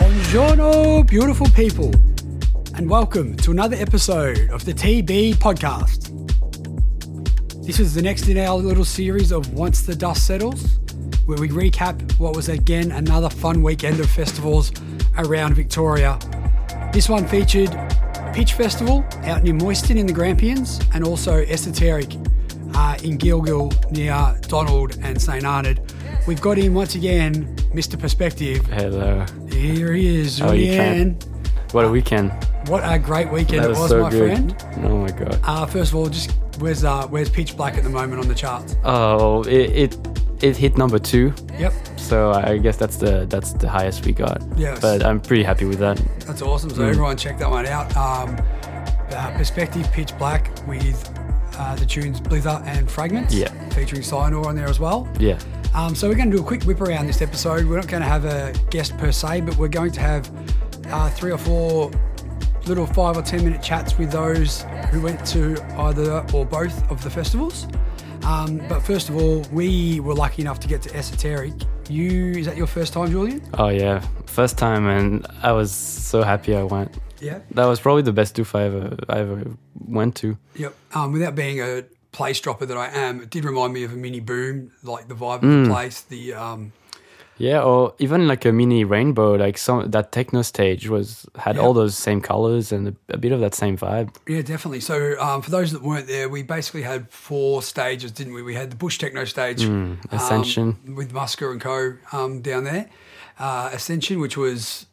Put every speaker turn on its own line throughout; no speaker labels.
Buongiorno, beautiful people, and welcome to another episode of the TB podcast. This is the next in our little series of Once the Dust Settles, where we recap what was again another fun weekend of festivals around Victoria. This one featured Pitch Festival out near Moiston in the Grampians and also Esoteric uh, in Gilgil near Donald and St. Arnold. We've got in once again Mr. Perspective.
Hello.
Here he is,
How are you,
Julian.
What a weekend.
What a great weekend it
That was
was,
so
my
good.
friend.
Oh my god.
Uh, first of all, just where's uh, where's Pitch Black at the moment on the charts?
Oh, it it, it hit number two,
Yep,
so I guess that's the that's the highest we got.
Yes.
But I'm pretty happy with that.
that's awesome.
Hmm.
So everyone check that one out. Um, uh, Perspective Pitch Black with uh, the tunes Blither and Fragments.
Yeah.
Featuring Cyanor on there as well.
Yeah.
Um, so we're going to do a quick whip around this episode. We're not going to have a guest per se, but we're going to have uh, three or four little five or ten minute chats with those who went to either or both of the festivals. Um, but first of all, we were lucky enough to get to Esoteric. You is that your first time, Julian?
Oh yeah. First time, and I was so happy I went.
Yeah.
That was probably the best doof I ever I ever went to.
Yep. Um, without being a place dropper that I am, it did remind me of a mini boom, like the vibe of the place. The um,
Yeah, or even like a mini rainbow, like some that techno stage was had
Yeah.
all those same colors and a, a bit of that same vibe.
Yeah, definitely. So, um, for those that weren't there, we basically had four stages, didn't we? We had the Bush Techno stage,
Hmm, Ascension.
um, with Musker and Co. Um, down there, uh, Ascension, which was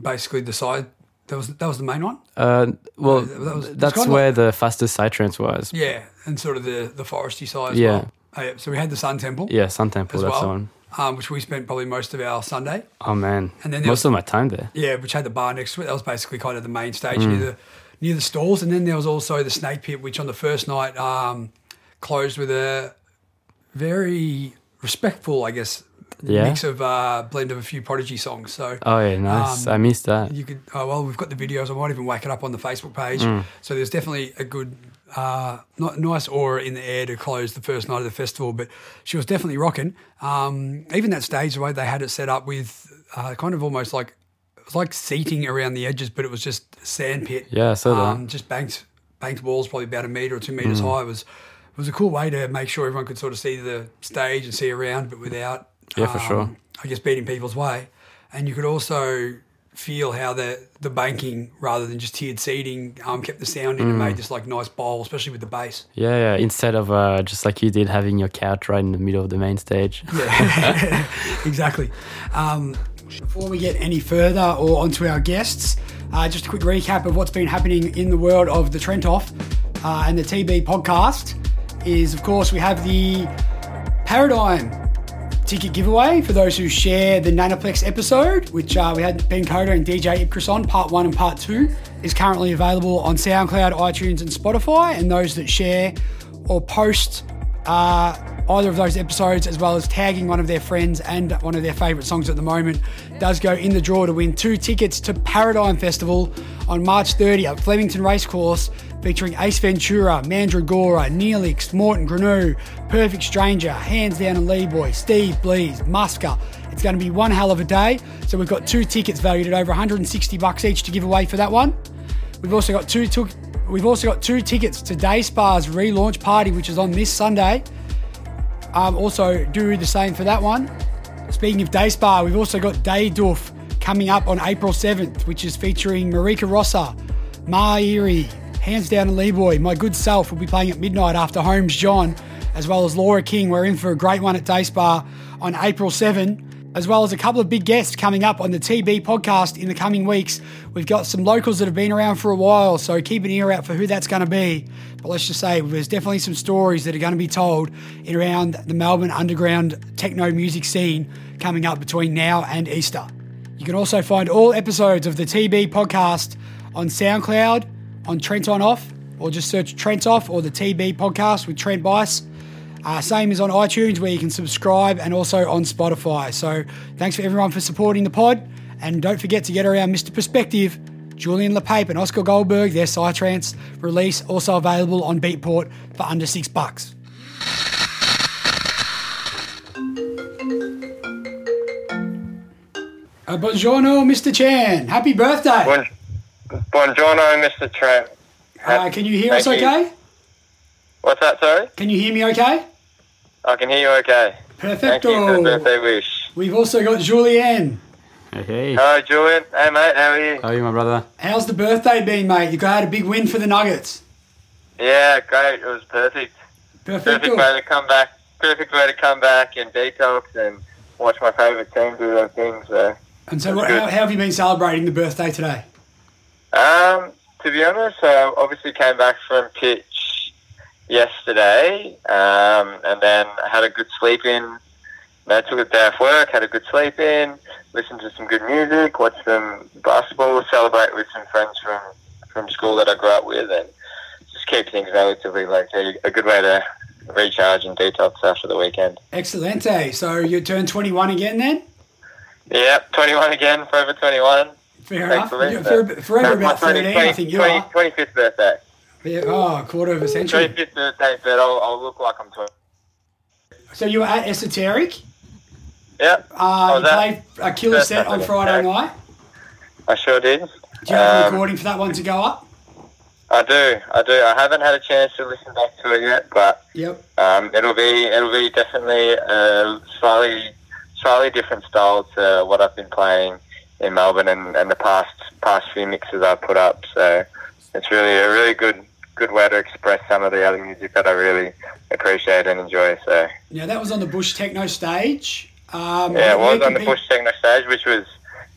basically the side. That was that was the main one.
Uh, well,
that was- it's
that's
kinda
where the fastest side trance was.
Yeah, and sort of the the foresty side as
Yeah.
well. Oh, yeah. So we had the Sun Temple
Yeah, Sun Temple,
as
that's the
well,
one.
um, which we spent probably most of our Sunday.
Oh man,
And then there
most of my time there.
Yeah, which had the bar next to it. That was basically kind of the main stage near the near the stalls, and then there was also the snake pit, which on the first night um, closed with a very respectful, I guess,
Yeah.
mix of uh, blend of a few Prodigy songs. So.
Oh yeah, nice.
Um,
I missed that.
you could, oh, well, we've got the videos. I might even whack it up on the Facebook page.
Mm.
So there's definitely a good, uh, not nice aura in the air to close the first night of the festival. But she was definitely rocking. Um, even that stage, the way they had it set up with uh, kind of almost like it was like seating around the edges, but it was just sand pit.
Yeah, I saw that.
Um, just banked banked walls, probably about a meter or two meters
Mm.
high. It was it was a cool way to make sure everyone could sort of see the stage and see around, but without um,
Yeah, for sure.
I guess beating people's way, and you could also feel how the the banking rather than just tiered seating um, kept the sound
Mm.
in and made this like nice bowl, especially with the bass.
Yeah, yeah. Instead of uh, just like you did, having your couch right in the middle of the main stage.
Yeah, exactly. Um, before we get any further or onto our guests, uh, just a quick recap of what's been happening in the world of the Trent Off uh, and the TB podcast is, of course, we have the Paradigm ticket giveaway for those who share the Nanoplex episode, which uh, we had Ben Coda and DJ Ipcris on, part one and part two, is currently available on SoundCloud, iTunes, and Spotify. And those that share or post uh, either of those episodes, as well as tagging one of their friends and one of their favourite songs at the moment, does go in the draw to win two tickets to Paradigm Festival on March 30 at Flemington Racecourse, featuring Ace Ventura, Mandragora, Neelix, Morton Grenou, Perfect Stranger, Hands Down and Lee Boy, Steve Blees, Musker. It's going to be one hell of a day. So we've got two tickets valued at over 160 bucks each to give away for that one. We've also got two took. We've also got two tickets to Day Spa's relaunch party, which is on this Sunday. Um, also, do the same for that one. Speaking of Day Spa, we've also got Day Doof coming up on April 7th, which is featuring Marika Rossa, Ma Erie, Hands Down and Leeboy. My good self will be playing at midnight after Holmes John, as well as Laura King. We're in for a great one at Day Spa on April 7, as well as a couple of big guests coming up on the TB podcast in the coming weeks. We've got some locals that have been around for a while, so keep an ear out for who that's going to be. But let's just say there's definitely some stories that are going to be told in around the Melbourne underground techno music scene coming up between now and Easter. You can also find all episodes of the TB podcast on SoundCloud, on Trent On Off, or just search Trent Off or the TB podcast with Trent Bice. Uh, same as on iTunes, where you can subscribe, and also on Spotify. So thanks for everyone for supporting the pod. And don't forget to get around Mr. Perspective, Julian LePape, and Oscar Goldberg, their Psytrance release, also available on Beatport for under six bucks. Uh, buongiorno, Mr. Chan. Happy birthday.
Buon- Buongiorno, Mr. Trent.
uh, can you hear us
Thank you.
okay?
What's that, sorry?
Can you hear me okay?
I can hear you okay. Thank you for the
Perfecto.
birthday wish.
We've also got Julianne.
Hey, hey.
Hello, Julian. Hey, mate, how are you?
How are you, my brother?
How's the birthday been, mate? You got had a big win for the Nuggets.
Yeah, great. It was perfect. Perfect
Perfecto.
way to come back. Perfect way to come back and detox and watch my favourite team do their thing. So,
And so, what, how, how have you been celebrating the birthday today?
um, to be honest, I obviously came back from pitch yesterday, um, and then I had a good sleep in. And I took a day off work, had a good sleep in, listened to some good music, watched some basketball, celebrate with some friends from from school that I grew up with, and just keep things relatively like a, a good way to recharge and detox after the weekend.
Excelente. So you turned 21 again then?
Yep, 21 again, forever 21.
Fair
Thanks
enough.
for
You're
listening.
forever, forever
That's my
about 13, I think you are.
25th birthday.
Yeah, oh, a quarter of a century.
25th birthday, but uh, I'll, I'll look like I'm 20.
So you were at Esoteric.
Yep,
Uh,
was
you
at
played a killer
first
set on
Esoteric.
Friday night.
I sure did.
Do you have a
Um,
recording for that one to go up?
I do, I do. I haven't had a chance to listen back to it yet, but
Yep.
um, it'll be it'll be definitely a slightly slightly different style to what I've been playing in Melbourne and, and the past past few mixes I've put up. So it's really a really good good way to express some of the other music that I really appreciate and enjoy. So.
Now that was on the Bush Techno stage. Um,
Yeah, it
where
was
can
on the
people-
Bush Techno stage, which was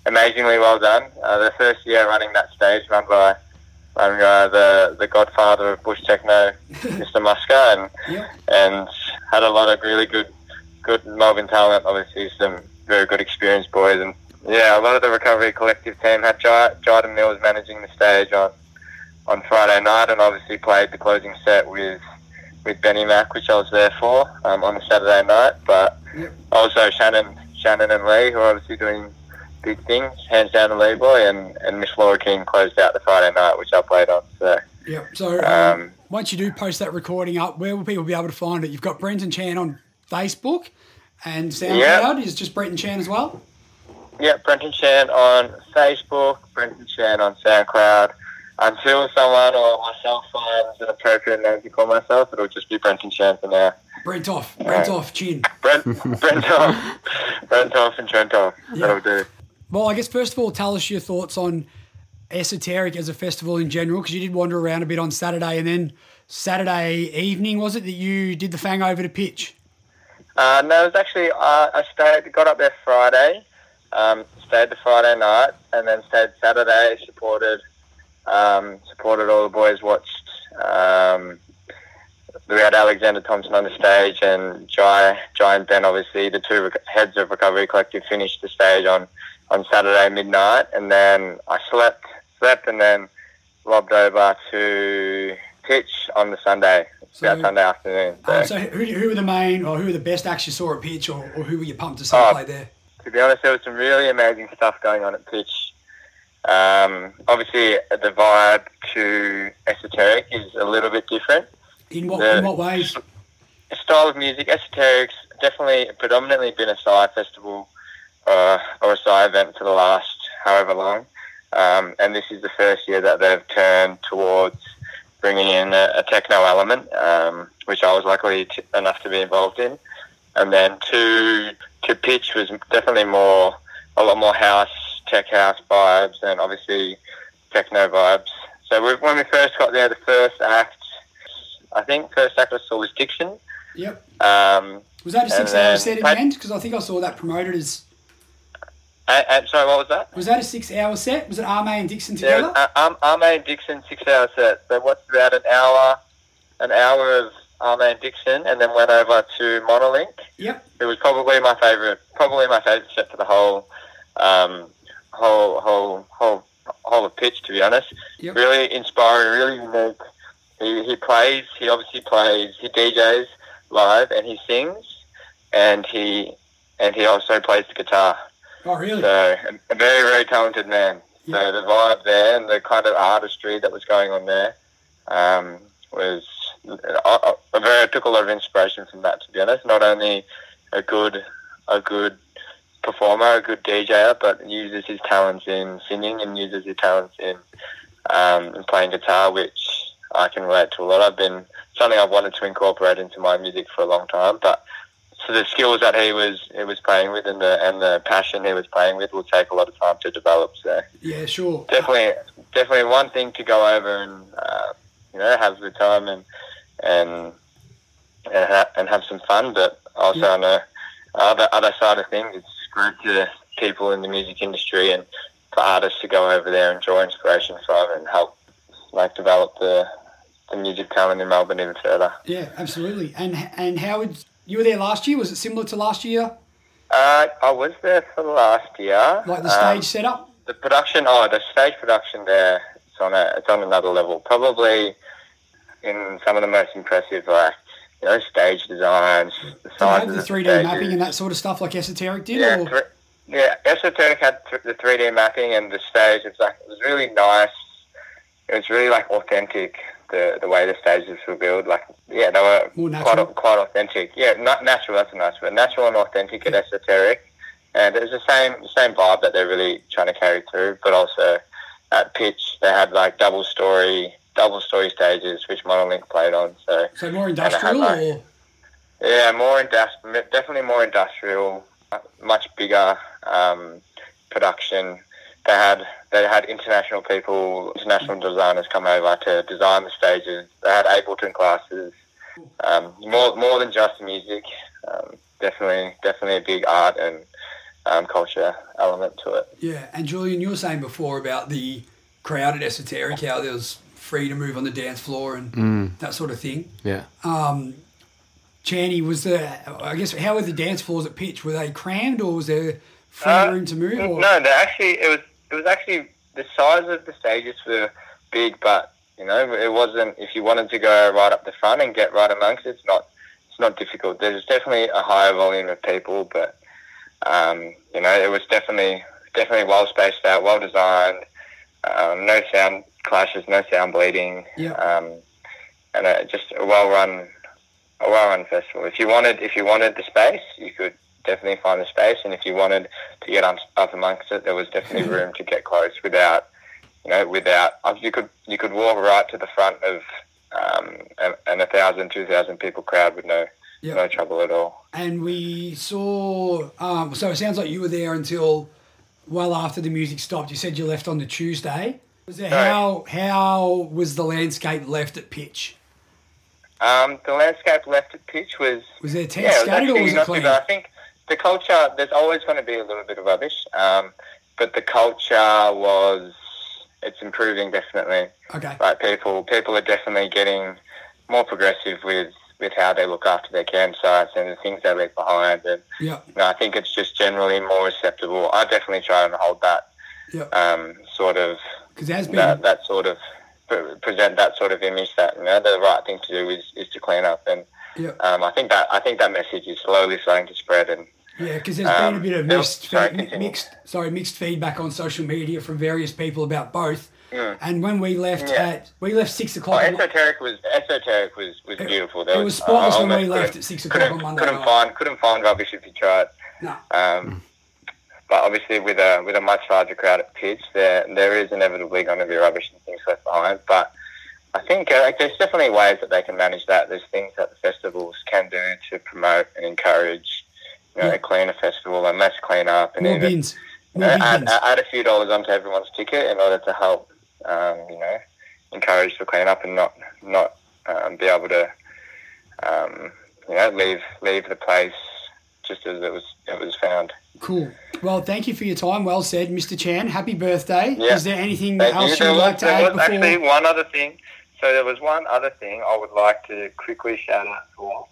amazingly well done. Uh, the first year running that stage, run by, run by the, the godfather of Bush Techno, Mr. Muska, and,
Yep.
and had a lot of really good good Melbourne talent, obviously, some very good experienced boys. And yeah, a lot of the Recovery Collective team had J- Jiden Mills managing the stage on, on Friday night and obviously played the closing set with. With Benny Mack, which I was there for um, on the Saturday night, but also Shannon, Shannon and Lee, who are obviously doing big things, hands down to Lee boy, and, and Miss Laura King closed out the Friday night, which I played on. So
Yep. So um,
um,
once you do post that recording up, where will people be able to find it? You've got Brenton Chan on Facebook, and SoundCloud is just Brenton Chan as well.
yeah, Brenton Chan on Facebook, Brenton Chan on SoundCloud. Until someone or myself finds an appropriate name to call myself, it'll just be Brenton Chan for now.
Brent off, Brent off, chin.
Brent, Brentoff, Brentoff and Trentoff. That'll do.
Well, I guess first of all, tell us your thoughts on Esoteric as a festival in general, because you did wander around a bit on Saturday, and then Saturday evening was it that you did the fang over to pitch?
Uh, no, it was actually uh, I stayed, got up there Friday, um, stayed the Friday night, and then stayed Saturday. Supported, um, supported all the boys. Watched. Um, we had Alexander Thompson on the stage, and Jai, Jai and Ben, obviously the two rec- heads of Recovery Collective, finished the stage on on Saturday midnight, and then I slept, slept, and then lobbed over to pitch on the Sunday, about
So-
Sunday afternoon.
Um, so who, who were the main, or who were the best acts you saw at pitch, or, or who were you pumped to see
Oh.
play there?
to be honest, there was some really amazing stuff going on at pitch. Um, obviously, the vibe to esoteric is a little bit different.
In what
Yeah.
in what ways?
The style of music, esoteric's definitely predominantly been a Psy festival uh, or a Psy event for the last however long. Um, and this is the first year that they've turned towards bringing in a, a techno element, um, which I was lucky t- enough to be involved in. And then to to pitch was definitely more a lot more house tech house vibes and obviously techno vibes. So we, when we first got there, the first act, I think first act I saw was Diction.
Yep.
Um,
Was that a
And
six-hour
then-
set in
I-
the end? Because I think I saw that promoted as
and, and sorry, what was that?
was that a six-hour set? Was it Arme and Dixon
Yeah, it
together?
was, uh, um, Arme and Dixon six hour set. So what's about an hour, an hour of Arme and Dixon, and then went over to Monolink.
Yep.
It was probably my favorite, probably my favorite set for the whole, um, whole, whole, whole, whole of pitch. To be honest,
Yep.
really inspiring, really unique. He, he plays. He obviously plays. He DJs live and he sings, and he and he also plays the guitar.
Oh, really?
So Uh, a very, very talented man.
Yeah.
So the vibe there and the kind of artistry that was going on there um, was I, I very, I took a lot of inspiration from that. To be honest, not only a good a good pl- performer, a good DJer, but uses his talents in singing and uses his talents in, um, in playing guitar, which I can relate to a lot. I've been something I've wanted to incorporate into my music for a long time, but so the skills that he was he was playing with and the and the passion he was playing with will take a lot of time to develop. So
Yeah, sure.
definitely definitely one thing to go over and uh, you know have the time and and and, ha- and have some fun but also
Yeah.
on the other, other side of things it's great to people in the music industry and for artists to go over there and draw inspiration from and help like develop the the music talent in Melbourne even further
Yeah, absolutely. And and how would you were there last year? Was it similar to last year,
uh, I was there for last year
like the
Um,
stage setup?
the production oh the stage production there it's on a it's on another level probably in some of the most impressive like you know stage designs the
Did they
sizes
have the
of
three D
stages.
mapping and that sort of stuff like Esoteric did?
yeah
or?
thr- yeah esoteric had th- the 3d mapping and the stage it's like it was really nice it was really like authentic the the way the stages were built like yeah they were
More natural.
quite quite authentic yeah not natural that's a nice word natural and authentic and esoteric and it was the same the same vibe that they're really trying to carry through. But also at pitch, they had like double story double story stages, which Monolink played on. So
So more
had,
industrial,
like,
or
yeah, more industrial, definitely more industrial, uh, much bigger um, production. They had they had international people, international designers come over to design the stages. They had Ableton classes, um, more more than just music. Um, definitely, definitely a big art and um, culture element to it.
yeah. And Julian, you were saying before about the crowd at Esoteric, how there was free to move on the dance floor and that sort of thing.
Yeah.
Channy, was the I guess how were the dance floors at pitch? Were they crammed or was there free
Uh,
room to move? Or?
No, they actually it was it was actually the size of the stages were big, but you know it wasn't. If you wanted to go right up the front and get right amongst, it, it's not it's not difficult. There's definitely a higher volume of people, but um, you know it was definitely definitely well spaced out, well designed. Um, no sound clashes, no sound bleeding,
Yeah.
um, and uh, just a well run a well run festival. If you wanted if you wanted the space, you could definitely find the space, and if you wanted to get un- up amongst it, there was definitely room to get close without, you know, without uh, you could you could walk right to the front of um, an, an a thousand, two thousand people crowd with no
Yep.
no trouble at all.
And we saw. Um, so it sounds like you were there until well after the music stopped. You said you left on the Tuesday. Was there,
Right.
How how was the landscape left at pitch?
Um, the landscape left at pitch was
Was there tent
yeah, it was
scattered or
actually
was it
not too
clean?
bad. I think the culture there's always going to be a little bit of rubbish, um, but the culture was it's improving definitely.
Okay.
like people people are definitely getting more progressive with with how they look after their campsites and the things they leave behind and
Yeah.
you know, I think it's just generally more acceptable. I definitely try and hold that
Yeah.
um, sort of
Because there has been.
that, that sort of pre- present that sort of image that you know the right thing to do is, is to clean up and
Yeah.
um, I think that I think that message is slowly starting to spread and
Yeah, because there's
Um,
been a bit of
no,
mixed,
sorry,
fe-
continue.
mixed, sorry, mixed feedback on social media from various people about both. And when we left
Yeah.
at, we left six
Oh,
o'clock. on-
esoteric was esoteric was, was beautiful. There
it was spotless when we
almost
left
couldn't-
at six o'clock on
couldn't-
Monday
Couldn't
night.
find couldn't find rubbish if you tried.
no,
Um,
Hmm.
but obviously, with a with a much larger crowd at pitch, there there is inevitably going to be rubbish and things left behind. But I think uh, like, there's definitely ways that they can manage that. There's things that the festivals can do to promote and encourage, you know,
Yeah.
a cleaner festival and less clean up, and
more
even
bins,
you
more
know,
big
add,
bins.
add a few dollars onto everyone's ticket in order to help, um, you know, encourage the clean up and not not um, be able to, um, you know, leave leave the place just as it was it was found.
Cool. Well, thank you for your time. Well said, Mr. Chan. Happy birthday.
Yeah.
Is there anything
Thank you.
else you
There
would
was,
like to
there
add
was
before?
actually one other thing. So there was one other thing I would like to quickly shout out for.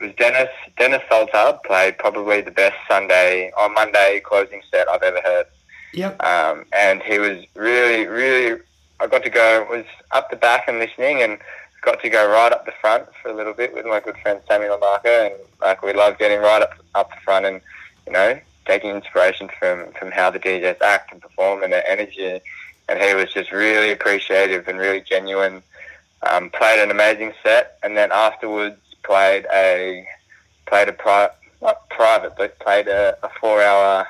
It was Dennis Dennis Saltard played probably the best Sunday or Monday closing set I've ever heard.
Yep.
Um, and he was really, really. I got to go was up the back and listening, and got to go right up the front for a little bit with my good friend Samuel Lamarca, and like we love getting right up up the front and you know taking inspiration from from how the DJs act and perform and their energy. And he was just really appreciative and really genuine. Um, played an amazing set, and then afterwards played a played a pri- not private, but played a, a four hour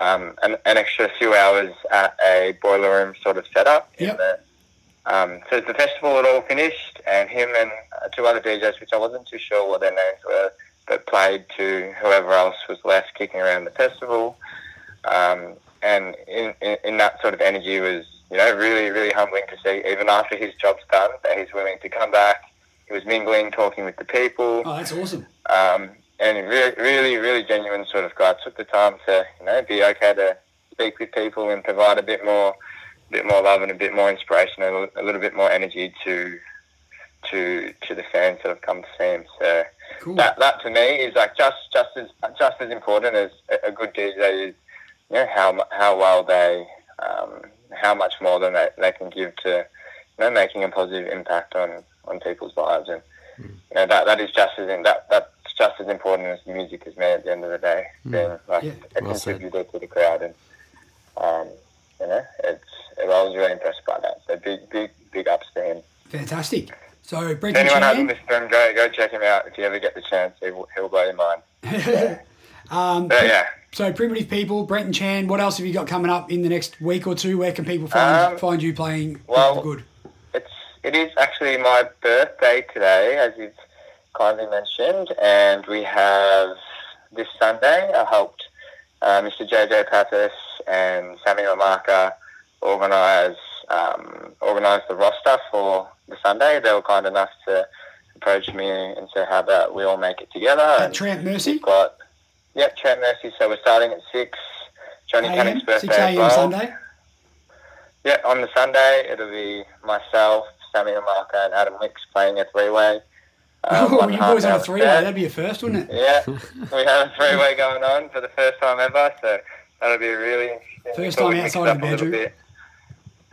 um, an, an extra few hours at a boiler room sort of setup. in
Yep.
the- um, so the festival had all finished, and him and uh, two other DJs, which I wasn't too sure what their names were, but played to whoever else was left kicking around the festival. Um, and in, in, in that sort of energy was, you know, really, really humbling to see, even after his job's done, that he's willing to come back. He was mingling, talking with the people
Oh, that's awesome.
um, and a re- really, really genuine sort of guy. Took the time to, you know, be okay to speak with people and provide a bit more, bit more love and a bit more inspiration and a little bit more energy to, to, to the fans that have come to see him. So
Cool.
that, that to me is like just, just as, just as important as a- a good DJ is, you know, how, mu- how well they, um, how much more than they, they can give to, you know, making a positive impact on, on people's lives and you know, that that is just as in, that that's just as important as the music is made at the end of the day. Being like
Yeah.
a
Well said.
contributor to the crowd, and um, you know, it's I was really impressed by that. So big, big, big ups to him.
Fantastic. So
If
Brenton
anyone hasn't
Chan,
listened to him, go go check him out if you ever get the chance. He will, he'll blow your mind.
um,
But yeah,
so primitive people, Brenton Chan. What else have you got coming up in the next week or two? Where can people find
Um,
find you playing?
well-
good.
it's it is actually my birthday today, as you've kindly mentioned, and we have this Sunday. I helped uh, Mr. JJ Pappas and Samuel Marker organise um, organise the roster for the Sunday. They were kind enough to approach me and say, "How about we all make it together?"
At
And
Tramp
we've
Mercy,
got yep, Trent Mercy. So we're starting at six. Johnny
AM,
Cunnick's birthday
six
as
a.m.
well.
Sunday.
Yeah, on the Sunday it'll be myself, Sammy Amaka, and Adam Wicks playing a three-way. Uh,
oh,
one
you
half
boys on
hour
a three way.
set.
That'd be a first, wouldn't it?
Yeah, we have a three-way going on for the first time ever, so that'll be really interesting.
First
Thought
time
we'd mix
outside of
up
the
a little
bedroom.
bit.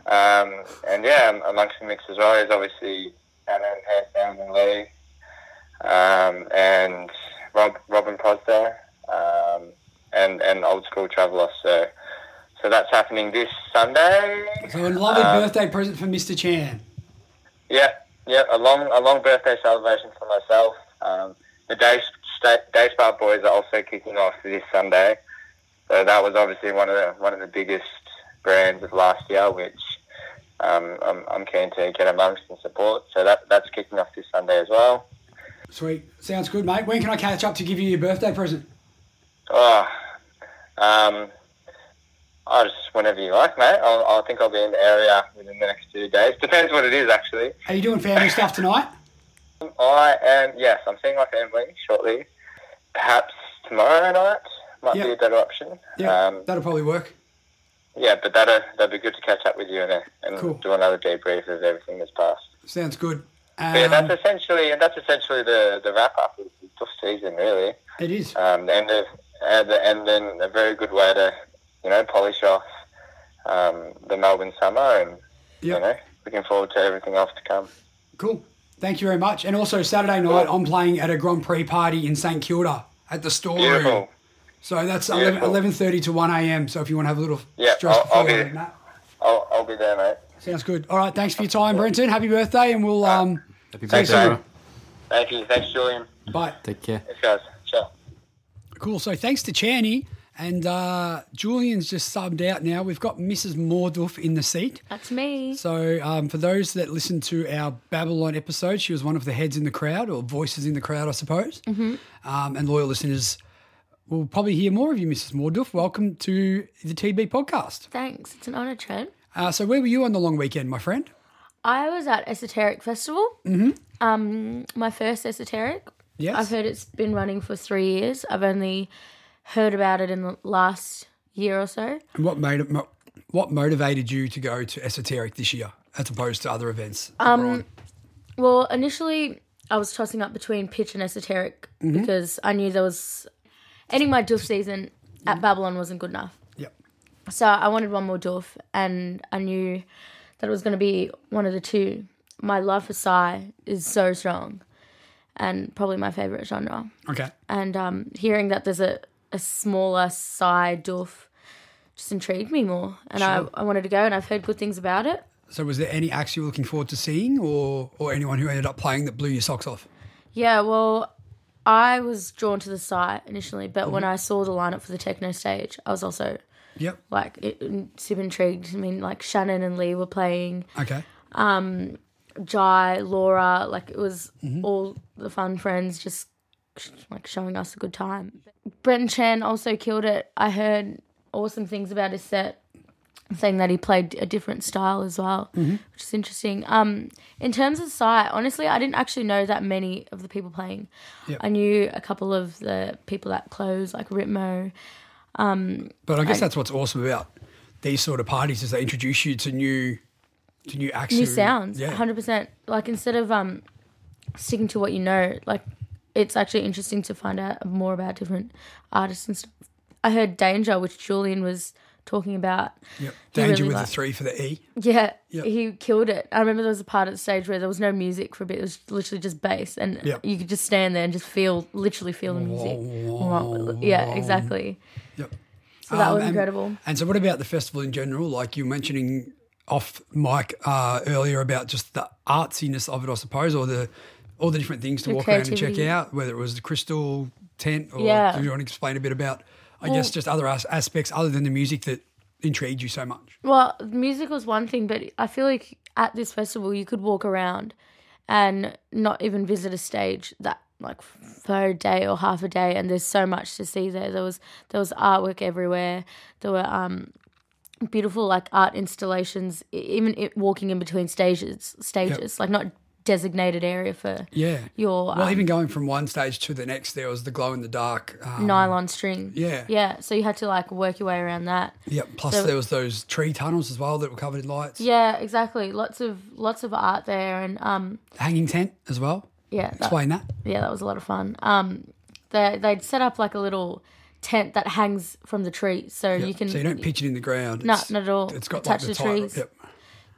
Um, and yeah, am- amongst the mix as well is obviously Anna and Hands Down and Lee, um, and Rob, Robin Posner, um, and and Old School Traveller. So so that's happening this Sunday.
So a lovely
Um,
birthday present for Mr. Chan.
Yeah, yeah, a long, a long birthday celebration for myself. Um, the Day, Sta- Day Spa Boys are also kicking off this Sunday, so that was obviously one of the one of the biggest brands of last year, which um, I'm, I'm keen to get amongst and support. So that that's kicking off this Sunday as well.
Sweet, sounds good, mate. When can I catch up to give you your birthday present?
Oh, um, I just whenever you like, mate. I'll, I think I'll be in the area within the next two days. Depends what it is, actually.
Are you doing family stuff tonight?
I am, yes, I'm seeing my family shortly. Perhaps tomorrow night might be
Yeah.
a better option.
Yeah,
um,
that'll probably work.
yeah but that'd, that'd be good to catch up with you and, uh, and
Cool.
do another debrief of everything that's passed.
Sounds good.
But yeah,
Um,
that's essentially, and that's essentially the, the wrap up of the tough season, really.
it is.
Um, the end of, uh, the, and then a very good way to, you know, polish off um, the Melbourne summer and,
Yeah.
you know, looking forward to everything else to come.
Cool. Thank you very much. And also Saturday night, I'm playing at a Grand Prix party in St Kilda at the store room.
Beautiful.
So that's 11,
Beautiful.
11.30 to 1 a.m. So if you want to have a little
Yeah,
stress
I'll- I'll
before
be
that, Matt.
I'll, I'll be there, mate.
Sounds good. All right. Thanks for your time, Brenton. Happy birthday. And we'll, um,
Happy
Thanks,
birthday,
mate.
bro.
Thank you. Thanks, Julian.
bye.
Take care.
Thanks, guys. Ciao.
Cool. So thanks to Channy. And uh, Julian's just subbed out now. We've got Mrs. Morduff in the seat.
That's me.
So, um, for those that listened to our Babylon episode, she was one of the heads in the crowd or voices in the crowd, I suppose.
Mm-hmm.
Um, and loyal listeners will probably hear more of you, Mrs. Morduff. Welcome to the TB podcast.
Thanks. It's an honour, Trent.
Uh, so, where were you on the long weekend, my friend?
I was at Esoteric Festival. Mm-hmm. Um, my first Esoteric.
Yes.
I've heard it's been running for three years. I've only heard about it in the last year or so.
And what made it, mo- what motivated you to go to Esoteric this year as opposed to other events? Um,
Well, initially I was tossing up between pitch and esoteric
Mm-hmm.
because I knew there was ending my doof season
Mm-hmm.
at Babylon wasn't good enough.
yep.
So I wanted one more doof and I knew that it was gonna be one of the two. My love for Psy is so strong and probably my favourite genre.
Okay.
And um, hearing that there's a, a smaller Psy doof just intrigued me more. And I, I wanted to go and I've heard good things about it.
So, was there any acts you were looking forward to seeing or, or anyone who ended up playing that blew your socks off?
Yeah, well, I was drawn to the site initially, but when I saw the lineup for the techno stage, I was also
Yep.
Like, it, super intrigued. I mean, like Shannon and Lee were playing,
Okay.
Jai, Laura. Like, it was all the fun friends just sh- like showing us a good time. Brenton Chan also killed it. I heard awesome things about his set, saying that he played a different style as well, which is interesting. Um, in terms of site, honestly, I didn't actually know that many of the people playing.
Yep.
I knew a couple of the people that close, like Ritmo.
But I guess that's what's awesome about these sort of parties is they introduce you to new to new acts.
new
who-
sounds.
Yeah.
hundred percent. Like instead of um sticking to what you know, like it's actually interesting to find out more about different artists and stuff. I heard Danger, which Julian was talking about.
Yep.
He
Danger
really
with
liked-
the three for the E.
Yeah,
Yep.
he killed it. I remember there was a part at the stage where there was no music for a bit. It was literally just bass, and
Yep.
you could just stand there and just feel, literally feel the music.
Wow.
Yeah, exactly.
Yep.
So that
Um,
was
and-
incredible.
And so, what about the festival in general? Like you were mentioning off mic uh, earlier about just the artsiness of it, I suppose, or the all the different things to
The
walk around and check
creativity.
out, whether it was the crystal tent, or
Yeah.
do you want to explain a bit about, I guess, just other as- aspects other than the music that intrigued you so much?
Well, music was one thing, but I feel like at this festival you could walk around and not even visit a stage that like for a day or half a day, and there's so much to see there. There was there was artwork everywhere. There were um beautiful like art installations, e- even it, walking in between stages, stages like not designated area for
Yeah.
your
Well,
um,
even going from one stage to the next, there was the glow in the dark. Um,
nylon string.
yeah.
yeah. So you had to like work your way around that.
Yeah. Plus,
So-
there was those tree tunnels as well that were covered in lights.
Yeah, exactly. Lots of lots of art there, and um,
Hanging tent as well.
yeah. that-
Explain that.
yeah, that was a lot of fun. Um, they they'd set up like a little tent that hangs from the tree, so you can
so you don't pitch it in the ground.
no,
It's-
not at all.
It's got
Attached
like the
to
title.
trees.
Yep.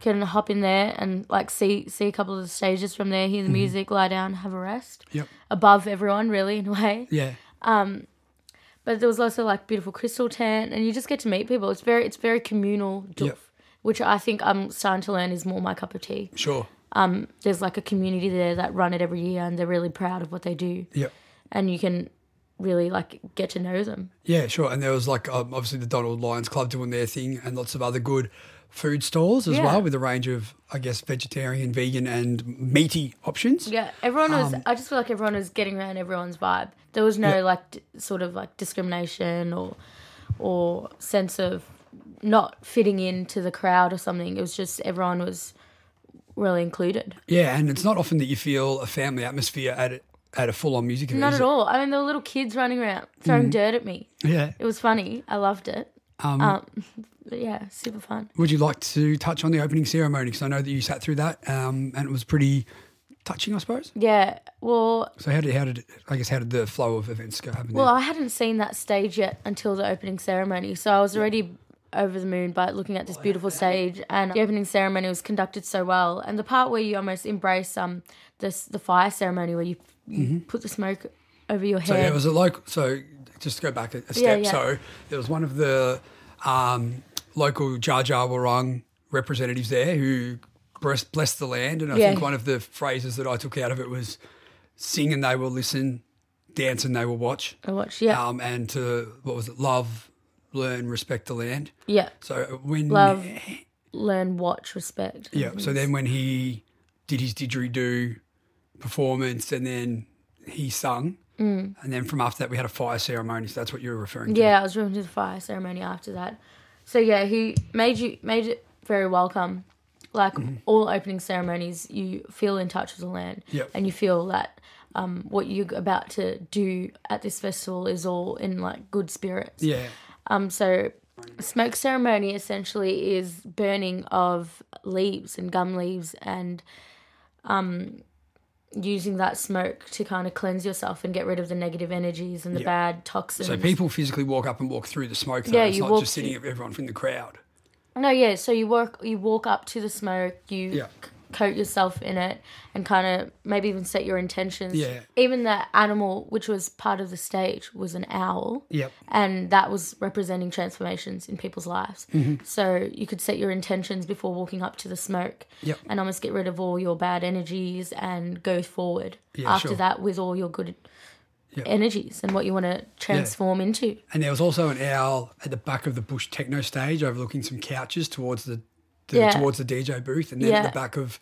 can hop in there and like see see a couple of the stages from there,
Mm-hmm.
hear the music, lie down, have a rest
Yep.
above everyone, really in a way.
Yeah.
But there was also like beautiful crystal tent, and you just get to meet people. It's very it's very communal doof,
Yep.
which I think I'm starting to learn is more my cup of tea.
Sure.
There's like a community there that run it every year, and they're really proud of what they do,
Yep.
and you can really like get to know them.
Yeah, sure. And there was like um, obviously the Donald Lions Club doing their thing, and lots of other good food stalls as
Yeah.
well, with a range of I guess vegetarian, vegan, and meaty options.
Yeah, everyone was.
Um,
I just feel like everyone was getting around everyone's vibe. There was no like d- sort of like discrimination or or sense of not fitting into the crowd or something. It was just everyone was really included.
Yeah, and it's not often that you feel a family atmosphere at a- at a full on music event.
Not
is
at
it? Mm-hmm.
all. I mean, there were little kids running around throwing dirt at me.
Yeah.
It was funny. I loved it. Um, but yeah, super fun.
Would you like to touch on the opening ceremony? Because I know that you sat through that, um, and it was pretty touching, I suppose.
Yeah. Well,
So how did how did I guess how did the flow of events go happen?
well,
there?
I hadn't seen that stage yet until the opening ceremony, so I was already over the moon by looking at this
Oh,
beautiful stage. And the opening ceremony was conducted so well, and the part where you almost embrace um this the fire ceremony where you you put the smoke over your head.
Mm-hmm. So yeah, it was a local. So just to go back a, a step.
yeah.
So there was one of the um, local Jar Jar Warung representatives there who bless- blessed the land, and I
Yeah.
think one of the phrases that I took out of it was, "Sing and they will listen, dance and they will watch."
I watched. Yeah,
Um, and to what was it? Love, learn, respect the land.
yeah.
So when
Love, learn, watch, respect.
yeah. So then when he did his didgeridoo performance and then he sung. And then from after that, we had a fire ceremony. So that's what you were referring to.
Mm. Yeah, I was driven to the fire ceremony after that. So yeah, he made you made it very welcome. Like
Mm-hmm.
all opening ceremonies, you feel in touch with the land,
Yep.
and you feel that um, what you're about to do at this festival is all in like good spirits.
Yeah.
Um, so smoke ceremony essentially is burning of leaves and gum leaves and um, using that smoke to kind of cleanse yourself and get rid of the negative energies and the bad toxins.
So people physically walk up and walk through the smoke. Though.
Yeah,
it's
you
not
walk
just sitting at everyone from the crowd.
No, yeah. So you walk, you walk up to the smoke. You
Yeah.
c- coat yourself in it, and kind of maybe even set your intentions.
Yeah.
Even the animal, which was part of the stage, was an owl.
Yep.
And that was representing transformations in people's lives.
Mm-hmm.
So you could set your intentions before walking up to the smoke.
Yep.
And almost get rid of all your bad energies and go forward
Yeah,
after
sure.
that with all your good
Yep.
energies and what you want to transform into.
And there was also an owl at the back of the bush techno stage, overlooking some couches towards the, the
Yeah.
towards the DJ booth, and then at
Yeah. Um,
the back of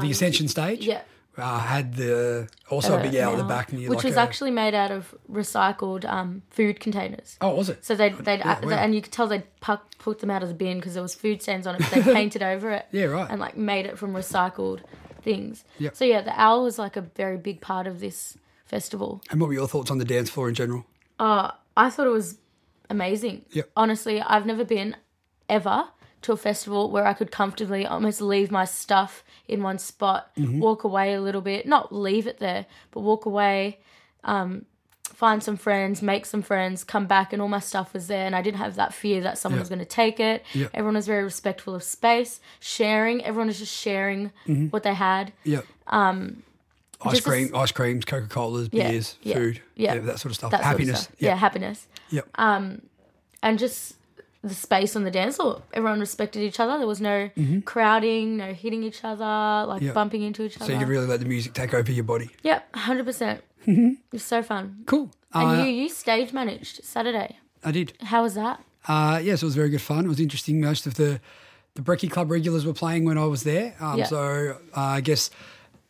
the Ascension stage.
yeah.
uh, had the also a big owl at the
Uh,
back near
which
like
was
a,
actually made out of recycled um, food containers.
oh was it?
So they'd, they'd uh,
yeah, wow.
and you could tell they'd puck, put them out of the bin because there was food stains on it. But they painted over it.
Yeah, right.
And like made it from recycled things.
Yep.
So yeah, the owl was like a very big part of this festival.
and what were your thoughts on the dance floor in general?
Oh, I thought it was amazing.
Yep.
Honestly, I've never been ever to a festival where I could comfortably almost leave my stuff in one spot, walk away a little bit, not leave it there, but walk away, um, find some friends, make some friends, come back, and all my stuff was there. And I didn't have that fear that someone
Yep.
was going to take it.
Yep.
Everyone was very respectful of space, sharing. Everyone was just sharing what they had.
Yep. Um, ice
just a
cream,
s-
ice creams, Coca Colas,
Yeah,
beers,
yeah,
food,
yeah.
that sort of stuff.
That sort of
Happiness.
stuff. Yeah, happiness. Um,
Yep.
and just the space on the dance floor. Everyone respected each other. There was no
Mm-hmm.
crowding, no hitting each other, like
Yeah.
bumping into each other.
so you really let the music take over your body.
yep, hundred percent. It's so fun.
Mm-hmm. Cool.
And
Uh,
you you stage managed Saturday.
I did.
How was that?
Uh, yes, it was very good fun. It was interesting. Most of the the Brekkie Club regulars were playing when I was there. Um,
Yeah.
So uh, I guess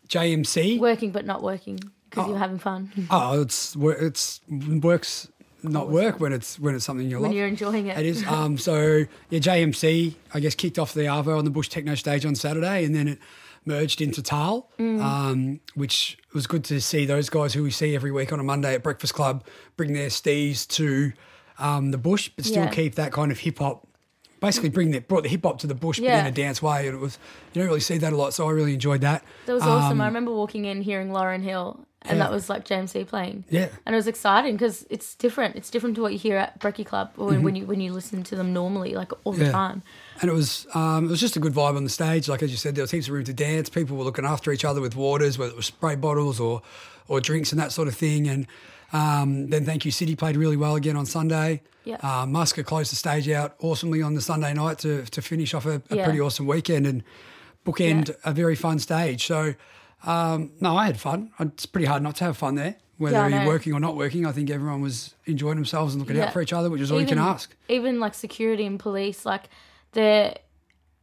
JMC.
Working but not working because you were having fun
oh, it's wor- it's works not work when it's when it's something you
when
love.
you're enjoying it.
It is. Um, so yeah, JMC I guess kicked off the Arvo on the Bush Techno stage on Saturday, and then it merged into Tal,
Mm.
um, which was good to see those guys who we see every week on a Monday at Breakfast Club bring their stees to um, the Bush, but still
Yeah.
keep that kind of hip hop. Basically, bring that brought the hip hop to the Bush, but in
Yeah.
a dance way, and it was you don't really see that a lot. So I really enjoyed that.
That was awesome. I remember walking in hearing Lauren Hill, and
Um, Yeah.
that was like JMC playing.
Yeah.
and it was exciting because it's different. It's different to what you hear at Brekkie Club or when you when you listen to them normally, like all the
Mm-hmm. Yeah.
time.
And it was um, it was just a good vibe on the stage. Like as you said, there was heaps of room to dance. People were looking after each other with waters, whether it was spray bottles or or drinks and that sort of thing. And um, then Thank You City played really well again on Sunday.
Yeah.
Uh, Musker closed the stage out awesomely on the Sunday night to, to finish off a, a
Yeah.
pretty awesome weekend and bookend
Yeah.
a very fun stage. So, um, no, I had fun. It's pretty hard not to have fun there, whether
Yeah, I
you're
know.
working or not working. I think everyone was enjoying themselves and looking
Yeah.
out for each other, which is all you can ask.
Even like security and police, like they're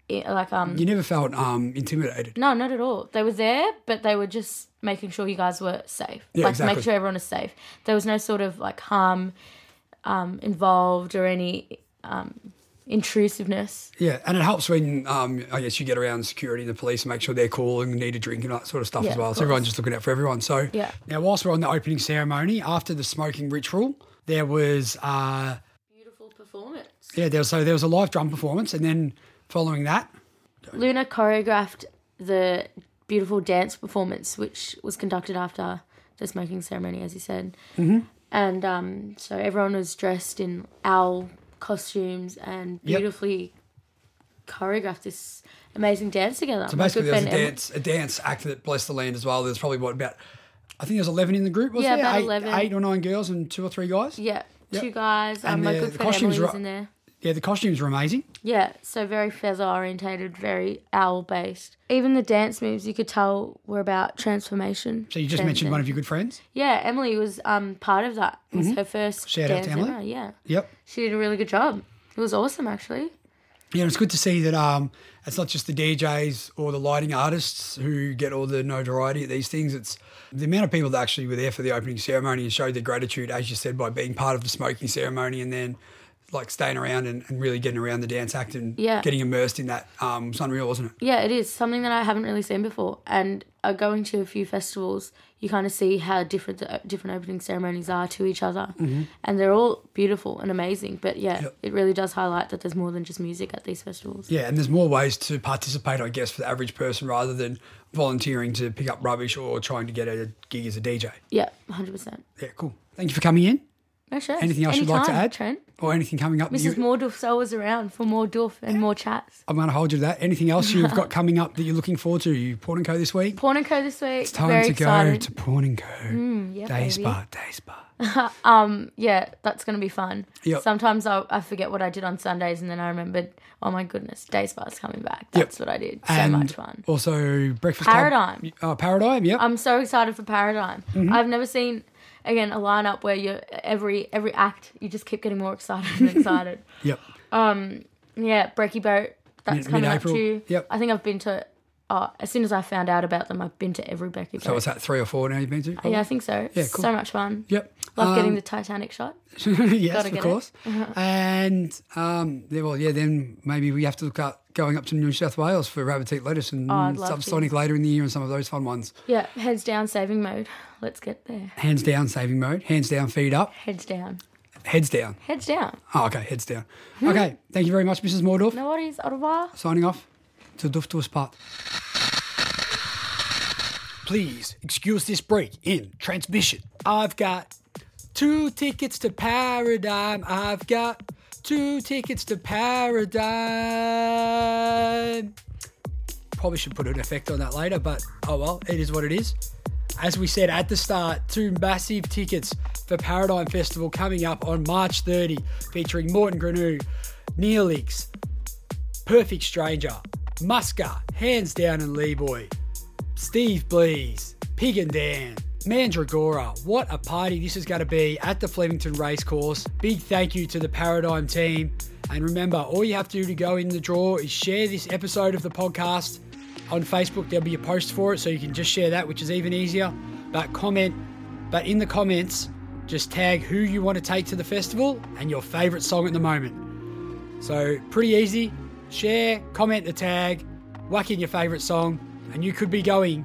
i- like um
You never felt um, intimidated.
no, not at all. They were there, but they were just making sure you guys were safe.
Yeah,
like
exactly.
make sure everyone is safe. There was no sort of like harm um involved or any um intrusiveness.
Yeah, and it helps when um, I guess you get around security and the police and make sure they're cool and need a drink and that sort of stuff
Yeah,
as
of
well. So
course.
everyone's just looking out for everyone. So
Yeah.
now, whilst we're on the opening ceremony, after the smoking ritual, there was uh,
Beautiful performance.
yeah, there was, so there was a live drum performance, and then following that,
Luna choreographed the beautiful dance performance, which was conducted after the smoking ceremony, as you said. Mm-hmm. And um, so everyone was dressed in owl costumes and
Yep.
beautifully choreographed this amazing dance together.
so basically there was a dance, a dance act that blessed the land as well. There's probably what about I think there's eleven in the group, was
Yeah,
there?
about
eight,
11.
eight or nine girls and two or three guys.
yeah,
Yep.
two guys. Um,
And
my
the-
good
the
friend
costumes
Emily
were-
was in there.
Yeah, the costumes were amazing.
Yeah, so very feather orientated, very owl based. Even the dance moves you could tell were about transformation.
So you just mentioned one of your good friends.
Yeah, Emily was um part of that. It was her first
Mm-hmm. Shout out
dance
to Emily.
ever. Yeah,
Yep.
she did a really good job. It was awesome, actually.
Yeah, it's good to see that um, it's not just the DJs or the lighting artists who get all the notoriety at these things. It's the amount of people that actually were there for the opening ceremony and showed their gratitude, as you said, by being part of the smoking ceremony and then like staying around and, and really getting around the dance act and
Yeah.
getting immersed in that. Um, it's unreal, wasn't it?
Yeah, it is something that I haven't really seen before. And uh, going to a few festivals, you kind of see how different the uh, different opening ceremonies are to each other,
Mm-hmm.
and they're all beautiful and amazing. But yeah, it really does highlight that there's more than just music at these festivals.
Yeah, and there's more ways to participate, I guess, for the average person rather than volunteering to pick up rubbish or trying to get a gig as a DJ.
Yeah, hundred percent.
Yeah, cool. Thank you for coming in.
No stress.
Anything else you'd like to
Anytime,
add?
Trent?
Or anything coming up? that
Mrs.
you-
Morduff's always around for more doof and more chats.
I'm going to hold you to that. Anything else you've got coming up that you're looking forward to? You Port and Co this week?
Porn and Co this week.
It's time
Very
to
excited. Mm,
go to Port and Co.
yeah,
day
baby.
spa, day spa.
yeah, that's gonna be fun.
Yep.
Sometimes I, I forget what I did on Sundays, and then I remembered, oh my goodness, Day Spa's coming back. That's what I did. So
and
much fun.
Also, breakfast
Paradigm. Um,
Club. Oh, Paradigm, yep. Mm-hmm.
I'm so excited for Paradigm. I've never seen again a lineup where you every every act you just keep getting more excited and excited.
Yep.
Yeah, Breaky Boat. That's
Mid-
coming up
mid-April.
too.
Yep.
I think I've been to. Uh, as soon as I found out about them, I've been to every Breaky Boat.
So what's that? Three or four now you've been to? probably?
yeah, I think so.
Yeah, cool.
So much fun.
Yep.
Uh, Love getting
Um,
the Titanic shot.
yes,
Gotta
of
get it. Uh-huh.
course. And um, yeah, well, yeah, then maybe we have to look at going up to New South Wales for rabbit teat lettuce and
Oh, I'd love to.
subsonic later in the year and some of those fun ones.
Yeah, heads down, saving mode. Let's get there.
Hands down, saving mode. Hands down, feet up.
Heads down.
Heads down.
Heads down.
Oh, okay, heads down. Okay, thank you very much, Mrs. Moordorf.
No worries, Ottawa.
Signing off to Doof to Part. Please excuse this break in transmission. I've got two tickets to Paradigm. I've got two tickets to Paradigm. Probably should put an effect on that later, but oh well, it is what it is. As we said at the start, two massive tickets for Paradigm Festival coming up on March 30, featuring Morton Granu, Neelix, Perfect Stranger, Musker, Hands Down and Lee Boy, Steve Blees, Pig and Dan, Mandragora. What a party this is going to be at the Flemington Racecourse. Big thank you to the Paradigm team. And remember, all you have to do to go in the draw is share this episode of the podcast on Facebook. There'll be a post for it, so you can just share that, which is even easier. But comment but in the comments, just tag who you want to take to the festival and your favourite song at the moment. So, pretty easy. Share, comment the tag, whack in your favourite song, and you could be going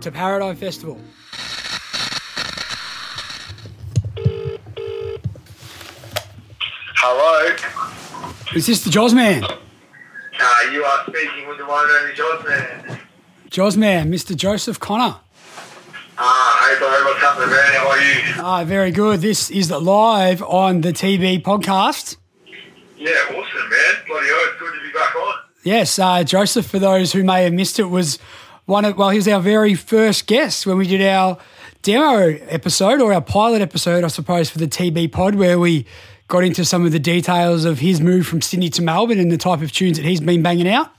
to Paradigm Festival.
Hello.
Is this the Josman?
Uh, you are speaking with the one and only George man.
Josman, Mr. Joseph Connor.
Ah, hey, bro, what's happening, man? How are you?
Ah, very good. This is live on the TB podcast.
Yeah, awesome, man. Bloody hell, it's good to be back on.
Yes, uh, Joseph, for those who may have missed it, was one of, well, he was our very first guest when we did our demo episode or our pilot episode, I suppose, for the TB pod, where we got into some of the details of his move from Sydney to Melbourne and the type of tunes that he's been banging out.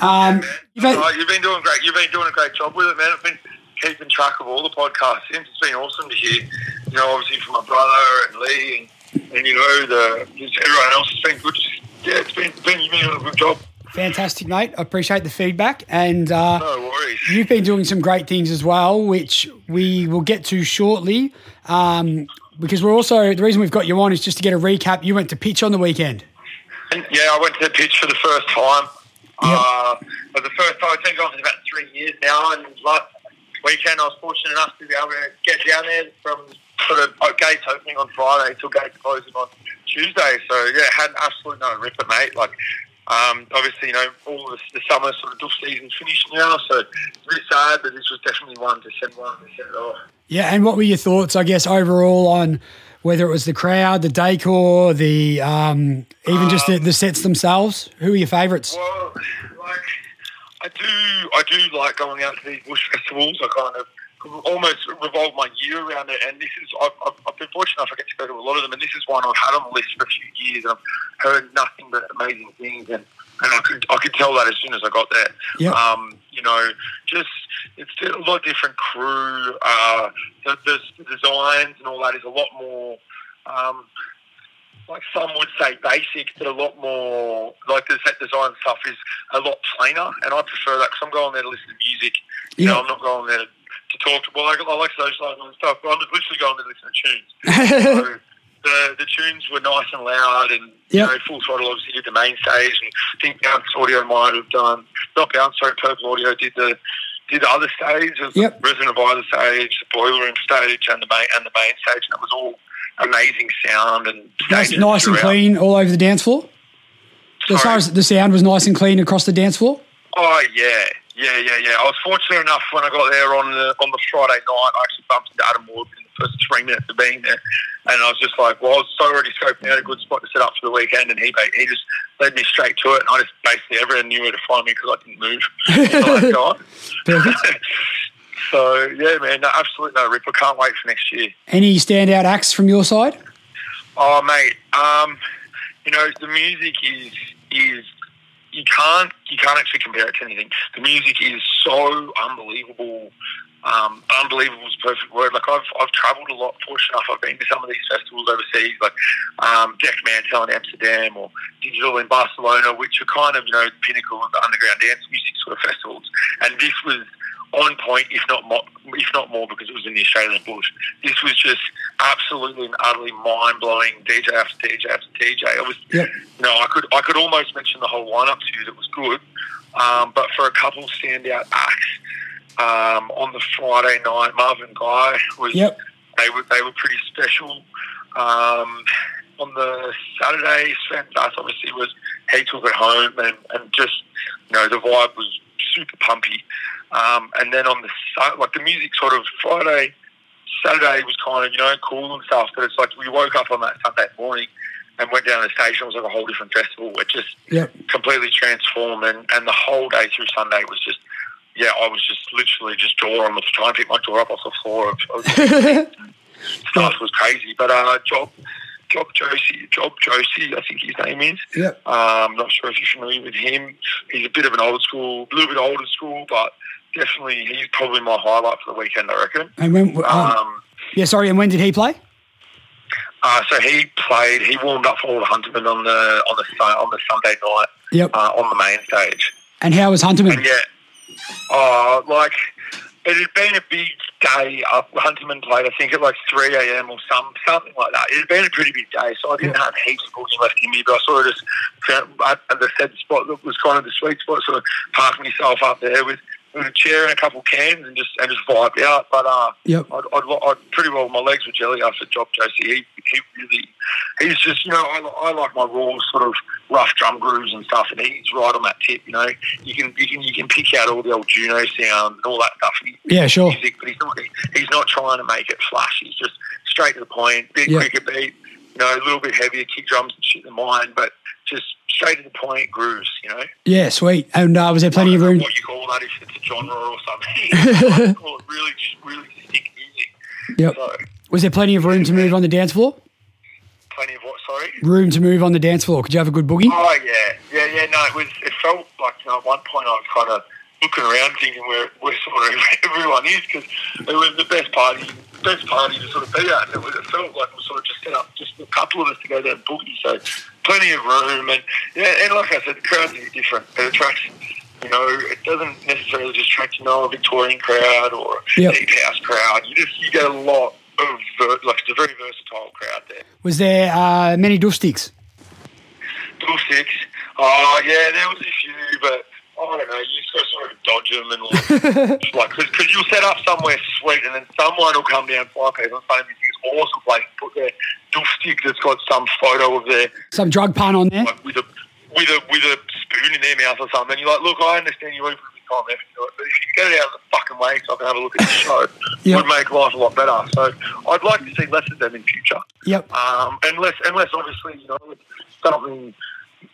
Um, you've had-
All right, you've been doing great. You've been doing a great job with it, man. I've been keeping track of all the podcasts. Since it's been awesome to hear, you know, obviously from my brother and Lee and, and you know the just everyone else. It's been good. Yeah, it's been been you've been doing a good job.
fantastic, mate. I appreciate the feedback. And uh,
No worries.
You've been doing some great things as well, which we will get to shortly. Um, because we're also, the reason we've got you on is just to get a recap. You went to pitch on the weekend.
And, yeah, I went to the pitch for the first time.
Yeah.
Uh, for the first time, I think I was about three years now. And last weekend, I was fortunate enough to be able to get down there from sort of oh, gates opening on Friday till gates closing on Tuesday. So yeah, had an absolute no ripper, mate. Like. Um, obviously, you know, all the, the summer sort of duff season's finished now, so it's really sad, but this was definitely one to send one to send it off.
Yeah, and what were your thoughts, I guess, overall on whether it was the crowd, the decor, the um, even just the, the sets themselves? Who are your favourites?
Well, like I do, I do like going out to these bush festivals. I kind of almost revolve my year around it, and this is I've, I've, I've been fortunate enough I get to go to a lot of them, and this is one I've had on the list for a few years. and I've heard nothing but amazing things, and, and I could I could tell that as soon as I got there.
Yeah.
Um, you know, just it's a lot different crew. Uh, the, the designs and all that is a lot more. Um, like some would say basic, but a lot more like the set design stuff is a lot plainer, and I prefer that 'cause I'm going there to listen to music. You
Yeah.
know, I'm not going there to talk. To, well, I, I like socialising and stuff, but I'm literally going there to listen to tunes. So the the tunes were nice and loud, and
Yeah.
you know, full throttle obviously did the main stage, and I think Bounce Audio might have done not Bounce, sorry, Purple Audio did the did the other stage, of
Yep.
the Resident Advisor stage, the Boiler Room stage, and the main and the main stage, and it was all amazing sound and
Nice,
stages
nice and
throughout.
clean all over the dance floor. As far
Sorry?
as the sound was nice and clean across the dance floor.
Oh yeah, yeah, yeah, yeah. I was fortunate enough when I got there on the on the Friday night. I actually bumped into Adam Ward in the first three minutes of being there, and I was just like, well, I was so already scoping out a good spot to set up for the weekend, and he ba- he just led me straight to it, and I just basically everyone knew where to find me because I didn't move. until that time. so yeah, man, no, absolutely no rip. I can't wait for next year.
Any standout acts from your side?
Oh, mate. Um, you know the music is is you can't you can't actually compare it to anything. The music is so unbelievable Um, unbelievable is a perfect word. Like I've, I've travelled a lot. Fortunate enough, I've been to some of these festivals overseas, like um, Jack Mantel in Amsterdam or Digital in Barcelona, which are kind of you know pinnacle of the underground dance music sort of festivals. And this was on point, if not more, if not more, because it was in the Australian bush. This was just absolutely and utterly mind blowing. DJ after DJ after DJ. I was,
Yeah.
you know, I could I could almost mention the whole lineup to you that was good, um, but for a couple standout acts um, on the Friday night, Marvin Guy was
Yep.
they were they were pretty special. Um, on the Saturday, Sven Bass obviously was he took it home and, and just you know the vibe was super pumpy. Um, and then on the Su- like the music sort of Friday, Saturday was kind of you know cool and stuff, but it's like we woke up on that Sunday morning and went down to the station. It was like a whole different festival. It just
Yep.
completely transform and, and the whole day through Sunday was just yeah, I was just literally just jaw on the trying to pick my jaw up off the floor of, of stuff was crazy. But uh Job Job Josie Job Josie, I think his name is.
Yep.
Um not sure if you're familiar with him. He's a bit of an old school a little bit older school, but definitely he's probably my highlight for the weekend I reckon.
And when? oh,
Um
yeah, sorry. And when did he play?
uh, so he played he warmed up for all the Huntermen on the on the Sun- on the Sunday night
Yep.
uh, on the main stage.
And how was Hunterman?
And yeah, oh, like it had been a big day up. Hunterman played, I think, at like three a.m. or some something like that. It had been a pretty big day, so I didn't have heaps of booking left in me. But I sort of just found at the said spot that was kind of the sweet spot. Sort of parked myself up there with. With a chair and a couple cans and just and just vibed out, but uh,
Yep.
I'd, I'd, li- I'd pretty well my legs were jelly after Job Josie. He, he really, he's just you know I, li- I like my raw sort of rough drum grooves and stuff, and he's right on that tip. You know, you can you can you can pick out all the old Juno sounds and all that stuff. and he-
Yeah, sure.
Music, but he's not he- he's not trying to make it flash. He's just straight to the point, bit
Yeah.
quicker beat. You know, a little bit heavier kick drums and shit than mine, but just straight to the point grooves. You know,
Yeah, sweet. And uh, was there
I
plenty
don't
of
know
room?
What you call that? If it's a genre or something, I call it really really sick music.
Yep.
So
Was there plenty of room to move on the dance floor?
plenty of what? Sorry.
Room to move on the dance floor. Could you have a good boogie?
Oh yeah, yeah, yeah. No, it was. It felt like you know, at one point I was kind of looking around, thinking where where sort of everyone is because it was the best party, best party to sort of be at. And it, was, it felt like we sort of just set up just a couple of us to go there and boogie. So plenty of room, and yeah, and like I said, the crowds are different. It attracts. You know, it doesn't necessarily just attract you know a Victorian crowd or a
Yep.
deep house crowd. You just you get a lot of ver- like it's a very versatile crowd there.
Was there uh, many doof sticks?
Bull six. Oh yeah, there was a few, but I don't know. You just got to sort of dodge them and like, like because you'll set up somewhere sweet, and then someone will come down five people and say this awesome place, put their doof stick that's got some photo of their
Some drug pun on there?
like with a with a with a spoon in their mouth or something. You're like, look, I understand you won't put the time and effort into it, but if you can get it out of the fucking way so I can have a look at the show,
Yeah.
it would make life a lot better. So I'd like to see less of them in future.
Yep.
Um, unless, unless obviously, you know, it's something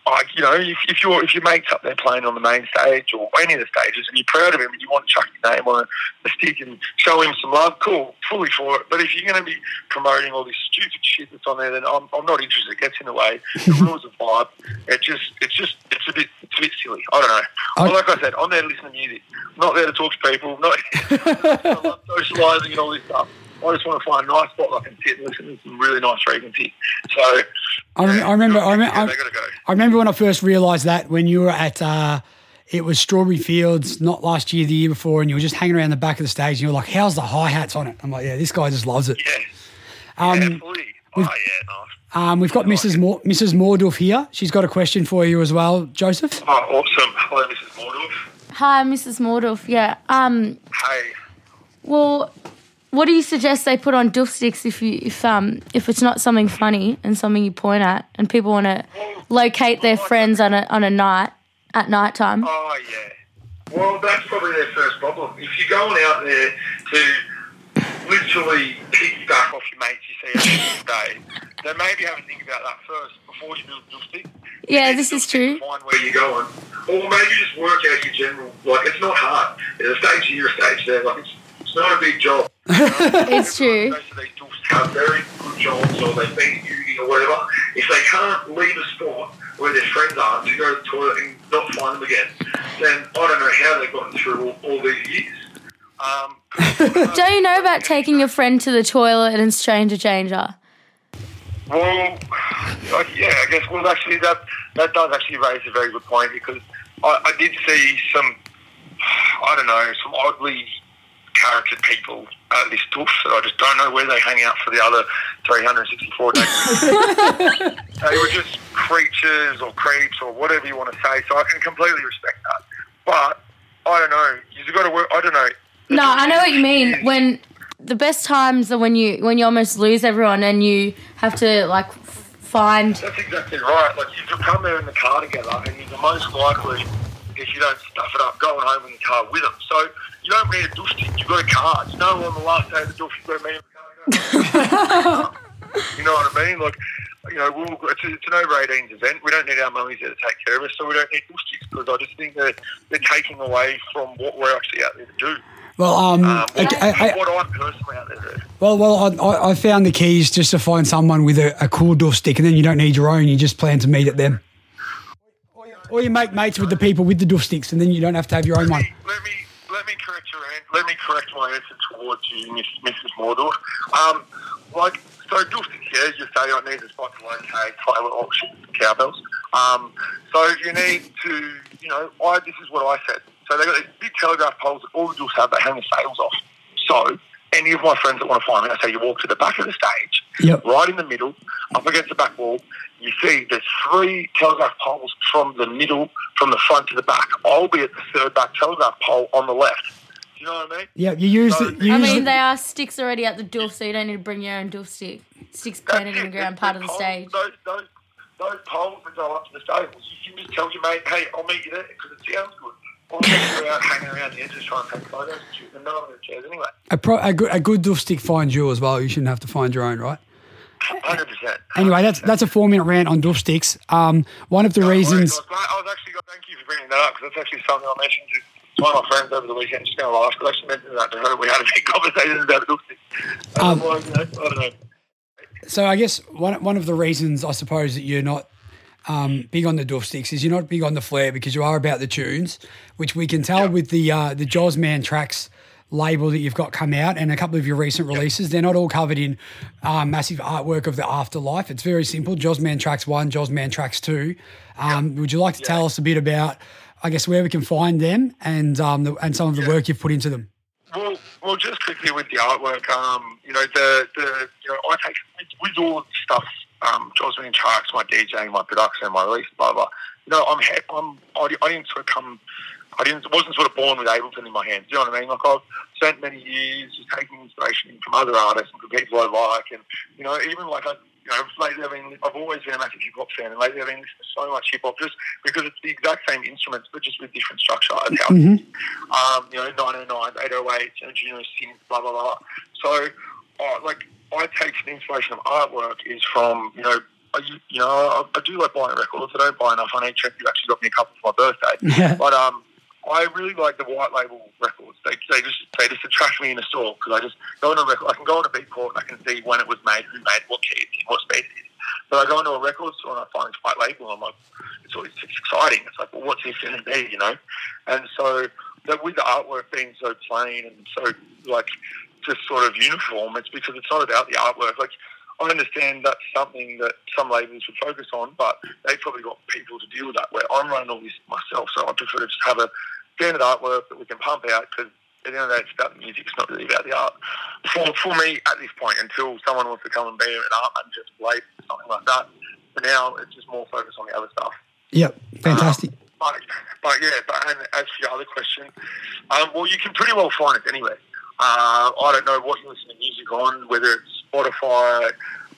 like you know, if, if your if your mates up there playing on the main stage or any of the stages, and you're proud of him and you want to chuck your name on a, a stick and show him some love, cool, fully for it. But if you're going to be promoting all this stupid shit that's on there, then I'm, I'm not interested. It gets in the way. It ruins the vibe. It just it's just it's a bit it's a bit silly. I don't know.
I-
like I said, I'm there to listen to music. I'm not there to talk to people. Not I love socialising and all this stuff. I just want to find a nice spot that I can sit and listen to some really nice frequency. So
I, rem- I remember. I, rem-
yeah,
I,
they gotta go.
I remember when I first realised that when you were at. Uh, it was Strawberry Fields, not last year, the year before, and you were just hanging around the back of the stage, and you were like, "How's the hi hats on it?" I'm like, "Yeah, this guy just loves it."
Yeah.
Um,
Definitely. Oh, yeah, nice.
um, we've got Mrs. Mor- Mrs. Morduff here. She's got a question for you as well, Joseph.
Oh, awesome. Hello, Mrs. Mordoff.
Hi, Mrs. Mordoff. Yeah. Um.
Hey.
Well, what do you suggest they put on doof sticks if you if um if it's not something funny and something you point at and people want to locate their friends on a on a night at night time?
Oh, yeah. Well, that's probably their first problem. If you're going out there to literally piggyback off your mates you see every single day, then maybe have a think about that first before you build your stick.
Yeah, this is true.
Find where you're going. Or maybe just work out your general, like, it's not hard. There's a stage here, a stage there. Like, it's, it's not a big job.
It's true.
Most of these dogs have very good jobs or they've been uni or whatever. If they can't leave a spot where their friends are to go to the toilet and not find them again, then I don't know how they've gotten through all, all these years. Um,
Don't you know about taking a friend to the toilet and stranger changer?
Well, like, yeah, I guess. Well, actually, that that does actually raise a very good point because I, I did see some, I don't know, some oddly charactered people at this doof that I just don't know where they hang out for the other 364 days. they were just creatures or creeps or whatever you want to say. So I can completely respect that, but I don't know. You've got to work. I don't know.
No, I know what you mean. When the best times are when you when you almost lose everyone and you have to like f- find
That's exactly right. Like you could come there in the car together, and you're the most likely, if you don't stuff it up, going home in the car with them. So you don't need a doof stick. You've got a car. You know, on the last day of the doof, you've got to meet him. in the car. you know what I mean? Like, you know, we'll, it's, a, it's an over 18s event. We don't need our mummies there to take care of us, so we don't need doof sticks because I just think that they're taking away from what we're actually out there to do.
Well, um,
Um,
I,
what,
I, I,
what I'm personally out there to do.
well, well, I- I, I found the keys just to find someone with a, a cool door stick, and then you don't need your own. You just plan to meet at them. Or you- Or you make mates with the people with the doof sticks, and then you don't have to have your own
let
one.
me let me let me correct your an- let me correct my answer towards you, Miss, Mrs. Mordor. Um, like so, Dustin says you say I need a spot to locate toilet auction cowbells. Um, so if you need to, you know, I this is what I said. So they got these big telegraph poles that all the Dukes have that hang the sails off. So any of my friends that want to find me, I say you walk to the back of the stage,
Yep.
right in the middle, up against the back wall. You see, there's three telegraph poles from the middle, from the front to the back. I'll be at the third back telegraph pole on the left. Do you know what I mean?
Yeah, you use the, you
I
use
mean,
the,
they are sticks already at the doof, so you don't need to bring your own doof stick. Sticks planted in the ground, part of the
Those-
stage.
Those, those, those poles that go up to the stables, you can just tell your mate, hey, I'll meet you there because it sounds good. Or if you're out hanging around the edges trying to take photos and shoot them down in the chairs anyway.
a, pro, a good a good doof stick finds you as well. You shouldn't have to find your own, right?
100%.
Anyway, that's that's a four minute rant on doof sticks. Um, one of the
Don't worry,
reasons.
I was, I was actually, thank you for bringing that up because that's actually something I mentioned to to one of my friends over the weekend. She's going to laugh because I actually mentioned that to her. We had a big conversation about it. Um, I don't know.
So I guess one one of the reasons I suppose that you're not um, big on the doof sticks is you're not big on the flair because you are about the tunes, which we can tell with the uh, the Jaws Man tracks label that you've got come out and a couple of your recent releases. They're not all covered in uh, massive artwork of the afterlife. It's very simple. Jaws Man tracks one, Jaws Man tracks two. Um, Would you like to tell us a bit about, I guess, where we can find them and um, the, and some of the work you've put into them?
Well, well, just quickly with the artwork, um, you know, the, the you know, I take with, with all the stuff, um, Josman Sharks, my DJing, my production, my release, blah blah. You know, I'm hap- I'm I, di- I didn't sort of come, I didn't wasn't sort of born with Ableton in my hands. You know what I mean? Like I've spent many years just taking inspiration from other artists and from people I like, and you know, even like I. You know, lately I've been, I've always been a massive hip hop fan, and lately I've been listening to so much hip hop just because it's the exact same instruments, but just with different structure. and how um, you know, 909s, 808s, you know, Juno synth, blah, blah, blah. So, uh, like, I take the inspiration of artwork is from, you know, I, you know, I, I do like buying records. I don't buy enough on each trip. You actually got me a couple for my birthday.
Yeah.
But um, I really like the white label records. They, they just they just attract me in a store because I just go on a record. I can go on a Beatport and I can see when it was made, who made, it, what key, it's in, what space it is. But I go into a record store and I find this white label. And I'm like, it's always it's exciting. It's like, well, what's this going to be? You know. And so that with the artwork being so plain and so like just sort of uniform, it's because it's not about the artwork. Like I understand that's something that some labels would focus on, but they've probably got people to deal with that. Where I'm running all this myself, so I prefer to just have a standard artwork that we can pump out because. At the end of the day, it's about the music. It's not really about the art. For, for me, at this point, until someone wants to come and be an art manager, for label, something like that. For now, it's just more focused on the other stuff.
Yep, fantastic.
But, but yeah, but and as for your other question, um, well, you can pretty well find it anyway. Uh, I don't know what you listen to music on, whether it's Spotify,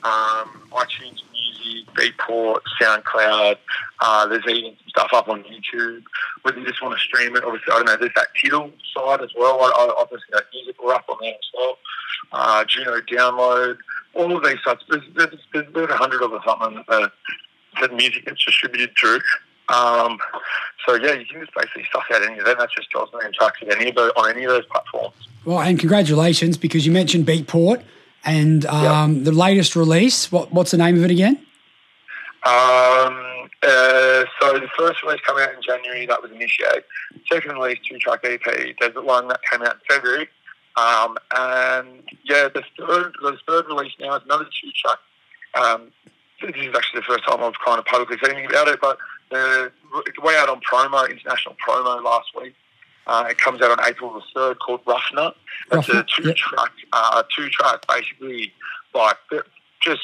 um, iTunes Music, Beatport, SoundCloud. Uh, there's even some stuff up on YouTube. Whether you just want to stream it, obviously, I don't know. There's that Tidal side as well. I, I obviously that music are up on there as well. Uh, Juno download, all of these sites. There's, there's, there's about a hundred of us up on uh, the music that's distributed through. Um, so yeah, you can just basically suck out any of them. That's just Josman and Tracks at any of those, on any of those platforms.
Well, and congratulations because you mentioned Beatport and um, the latest release. What, what's the name of it again?
Um, uh, so the first release came E out in January. That was Initiate. Second release, two track EP. There's the one that came out in February. Um, and yeah, the third the third release now is another two track. Um, this is actually the first time I've kind of publicly said anything about it, but the, it's way out on promo, international promo last week. Uh, it comes out on April the third, called Rough Nut. It's
Rough
a
Nut,
two
yep.
track, uh, two track, basically like just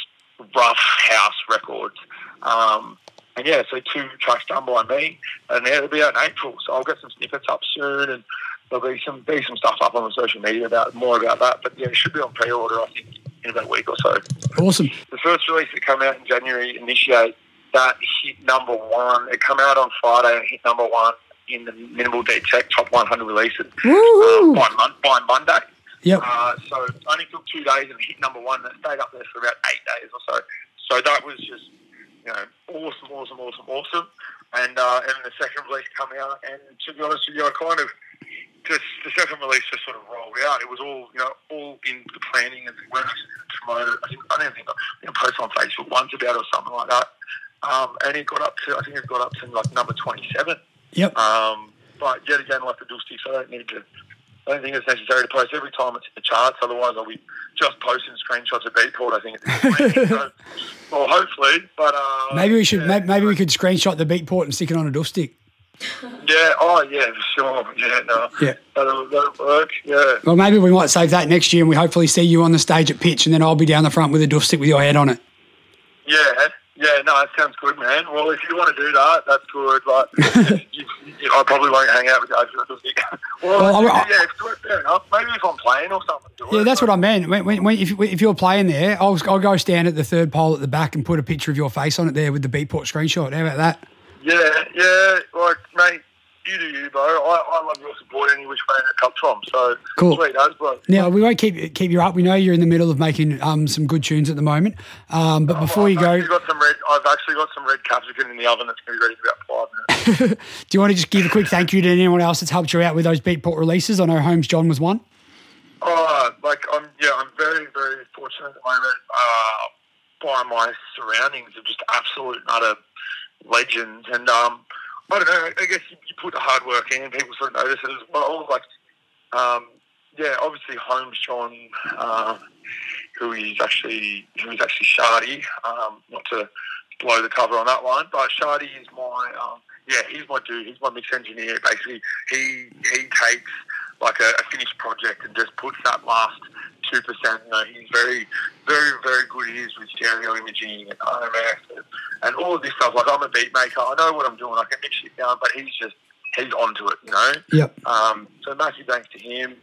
rough house records. Um, and yeah, so two tracks done by me, and yeah, it'll be out in April. So I'll get some snippets up soon, and there'll be some be some stuff up on the social media about more about that. But yeah, it should be on pre-order, I think, in about a week or so
Awesome.
the first release that came out in January, Initiate, that hit number one. It came out on Friday and hit number one in the Minimal Deep Tech Top 100 releases uh,
Woohoo!
by, mon- by Monday.
Yep.
Uh, so it only took two days and hit number one. That stayed up there for about eight days or so. So that was just, you know, awesome, awesome, awesome, awesome. And uh, and the second release come out, and to be honest with you, I kind of just the second release just sort of rolled out. It was all you know, all in the planning and the works and promoted. I didn't, I didn't think I, I think I posted on Facebook once about it or something like that. Um, and it got up to I think it got up to like number twenty seven.
Yep.
Um, but yet again, like the dual sticks, I don't need to. I don't think it's necessary to post every time it's in the charts. Otherwise, I'll be just posting screenshots of Beatport. I think. At this point. so, well, hopefully, but uh,
Maybe we should.
yeah.
may- Maybe we could screenshot the beatport and stick it on a duff stick.
Yeah. Oh, yeah. for Sure. Yeah. No.
Yeah.
That'll, that'll work. Yeah.
Well, maybe we might save that next year, and we hopefully see you on the stage at pitch, and then I'll be down the front with a duff stick with your head on it.
Yeah. Yeah. No, it sounds good, man. Well, if you want to do that, that's good. Like, if you, you, I probably won't hang out with you. after this week. well,
Well, I- I-
yeah. If it's fair enough. Maybe if I'm playing or something. Do
Yeah,
it,
that's
but-
what I meant. When, when, when, if, if you're playing there, I'll, I'll go stand at the third pole at the back and put a picture of your face on it there with the beatport screenshot. How about that?
Yeah, yeah, like mate, you do you, bro. I, I love your support any which way it comes from. So
Cool.
sweet as bro.
Now we won't keep keep you up. We know you're in the middle of making um, some good tunes at the moment. Um, but before you
I've
go,
actually got some red. I've actually got some red capsicum in the oven that's gonna be ready in about five minutes.
do you want to just give a quick thank you to anyone else that's helped you out with those beatport releases? I know Holmes John was one.
Oh, like I'm, yeah, I'm very, very fortunate at the moment uh, by my surroundings of just absolute and utter legends. And um, I don't know, I guess you, you put the hard work in, people sort of notice it as well. Like, um, yeah, obviously Holmes John, um, who is actually who is actually Shardy, um, not to blow the cover on that one, but Shardy is my um, yeah, he's my dude. He's my mix engineer. Basically, he he takes like a, a finished project and just puts that last two percent. You know, he's very, very, very good. He is with stereo imaging and RMS and, and all of this stuff. Like I'm a beat maker. I know what I'm doing. I can mix it down, but he's just he's onto it. You know.
Yep.
Um, so massive thanks to him.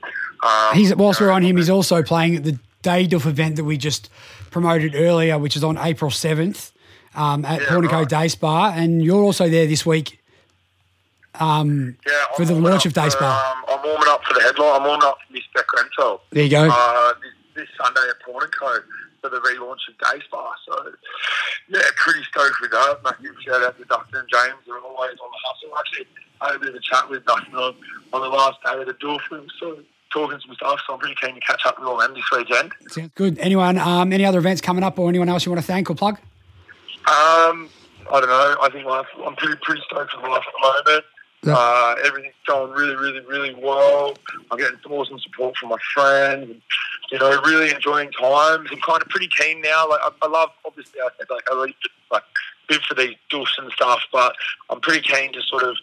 Um,
He's whilst
you
we're
know,
on him, he's also playing at the Day Duff event that we just promoted earlier, which is on April seventh um, at
Yeah,
Portico
right.
Day Spa, and you're also there this week. for
yeah, I'm
the
warming
launch
up
of Dice
for,
Bar.
Um, I'm warming up for the headline. I'm warming up for Miss Beck Rental.
There you go.
Uh, this, this Sunday at Portico for the relaunch of Day Spa. So, yeah, pretty stoked with that. Massive shout out to Dustin and James. They're always on the hustle. Actually, I had a bit of a chat with Dustin on, on the last day of the Dwarf. We were sort of talking some stuff, so I'm pretty keen to catch up with all them this weekend.
Sounds good. Anyone, um, any other events coming up, or anyone else you want to thank or plug?
Um, I don't know. I think life, I'm pretty pretty stoked with life at the moment.
Yeah.
Uh, everything's going really, really, really well. I'm getting some awesome support from my friends. And, you know, really enjoying times. I'm kind of pretty keen now. Like I, I love, obviously, I said like I really like live for these doofs and stuff, but I'm pretty keen to sort of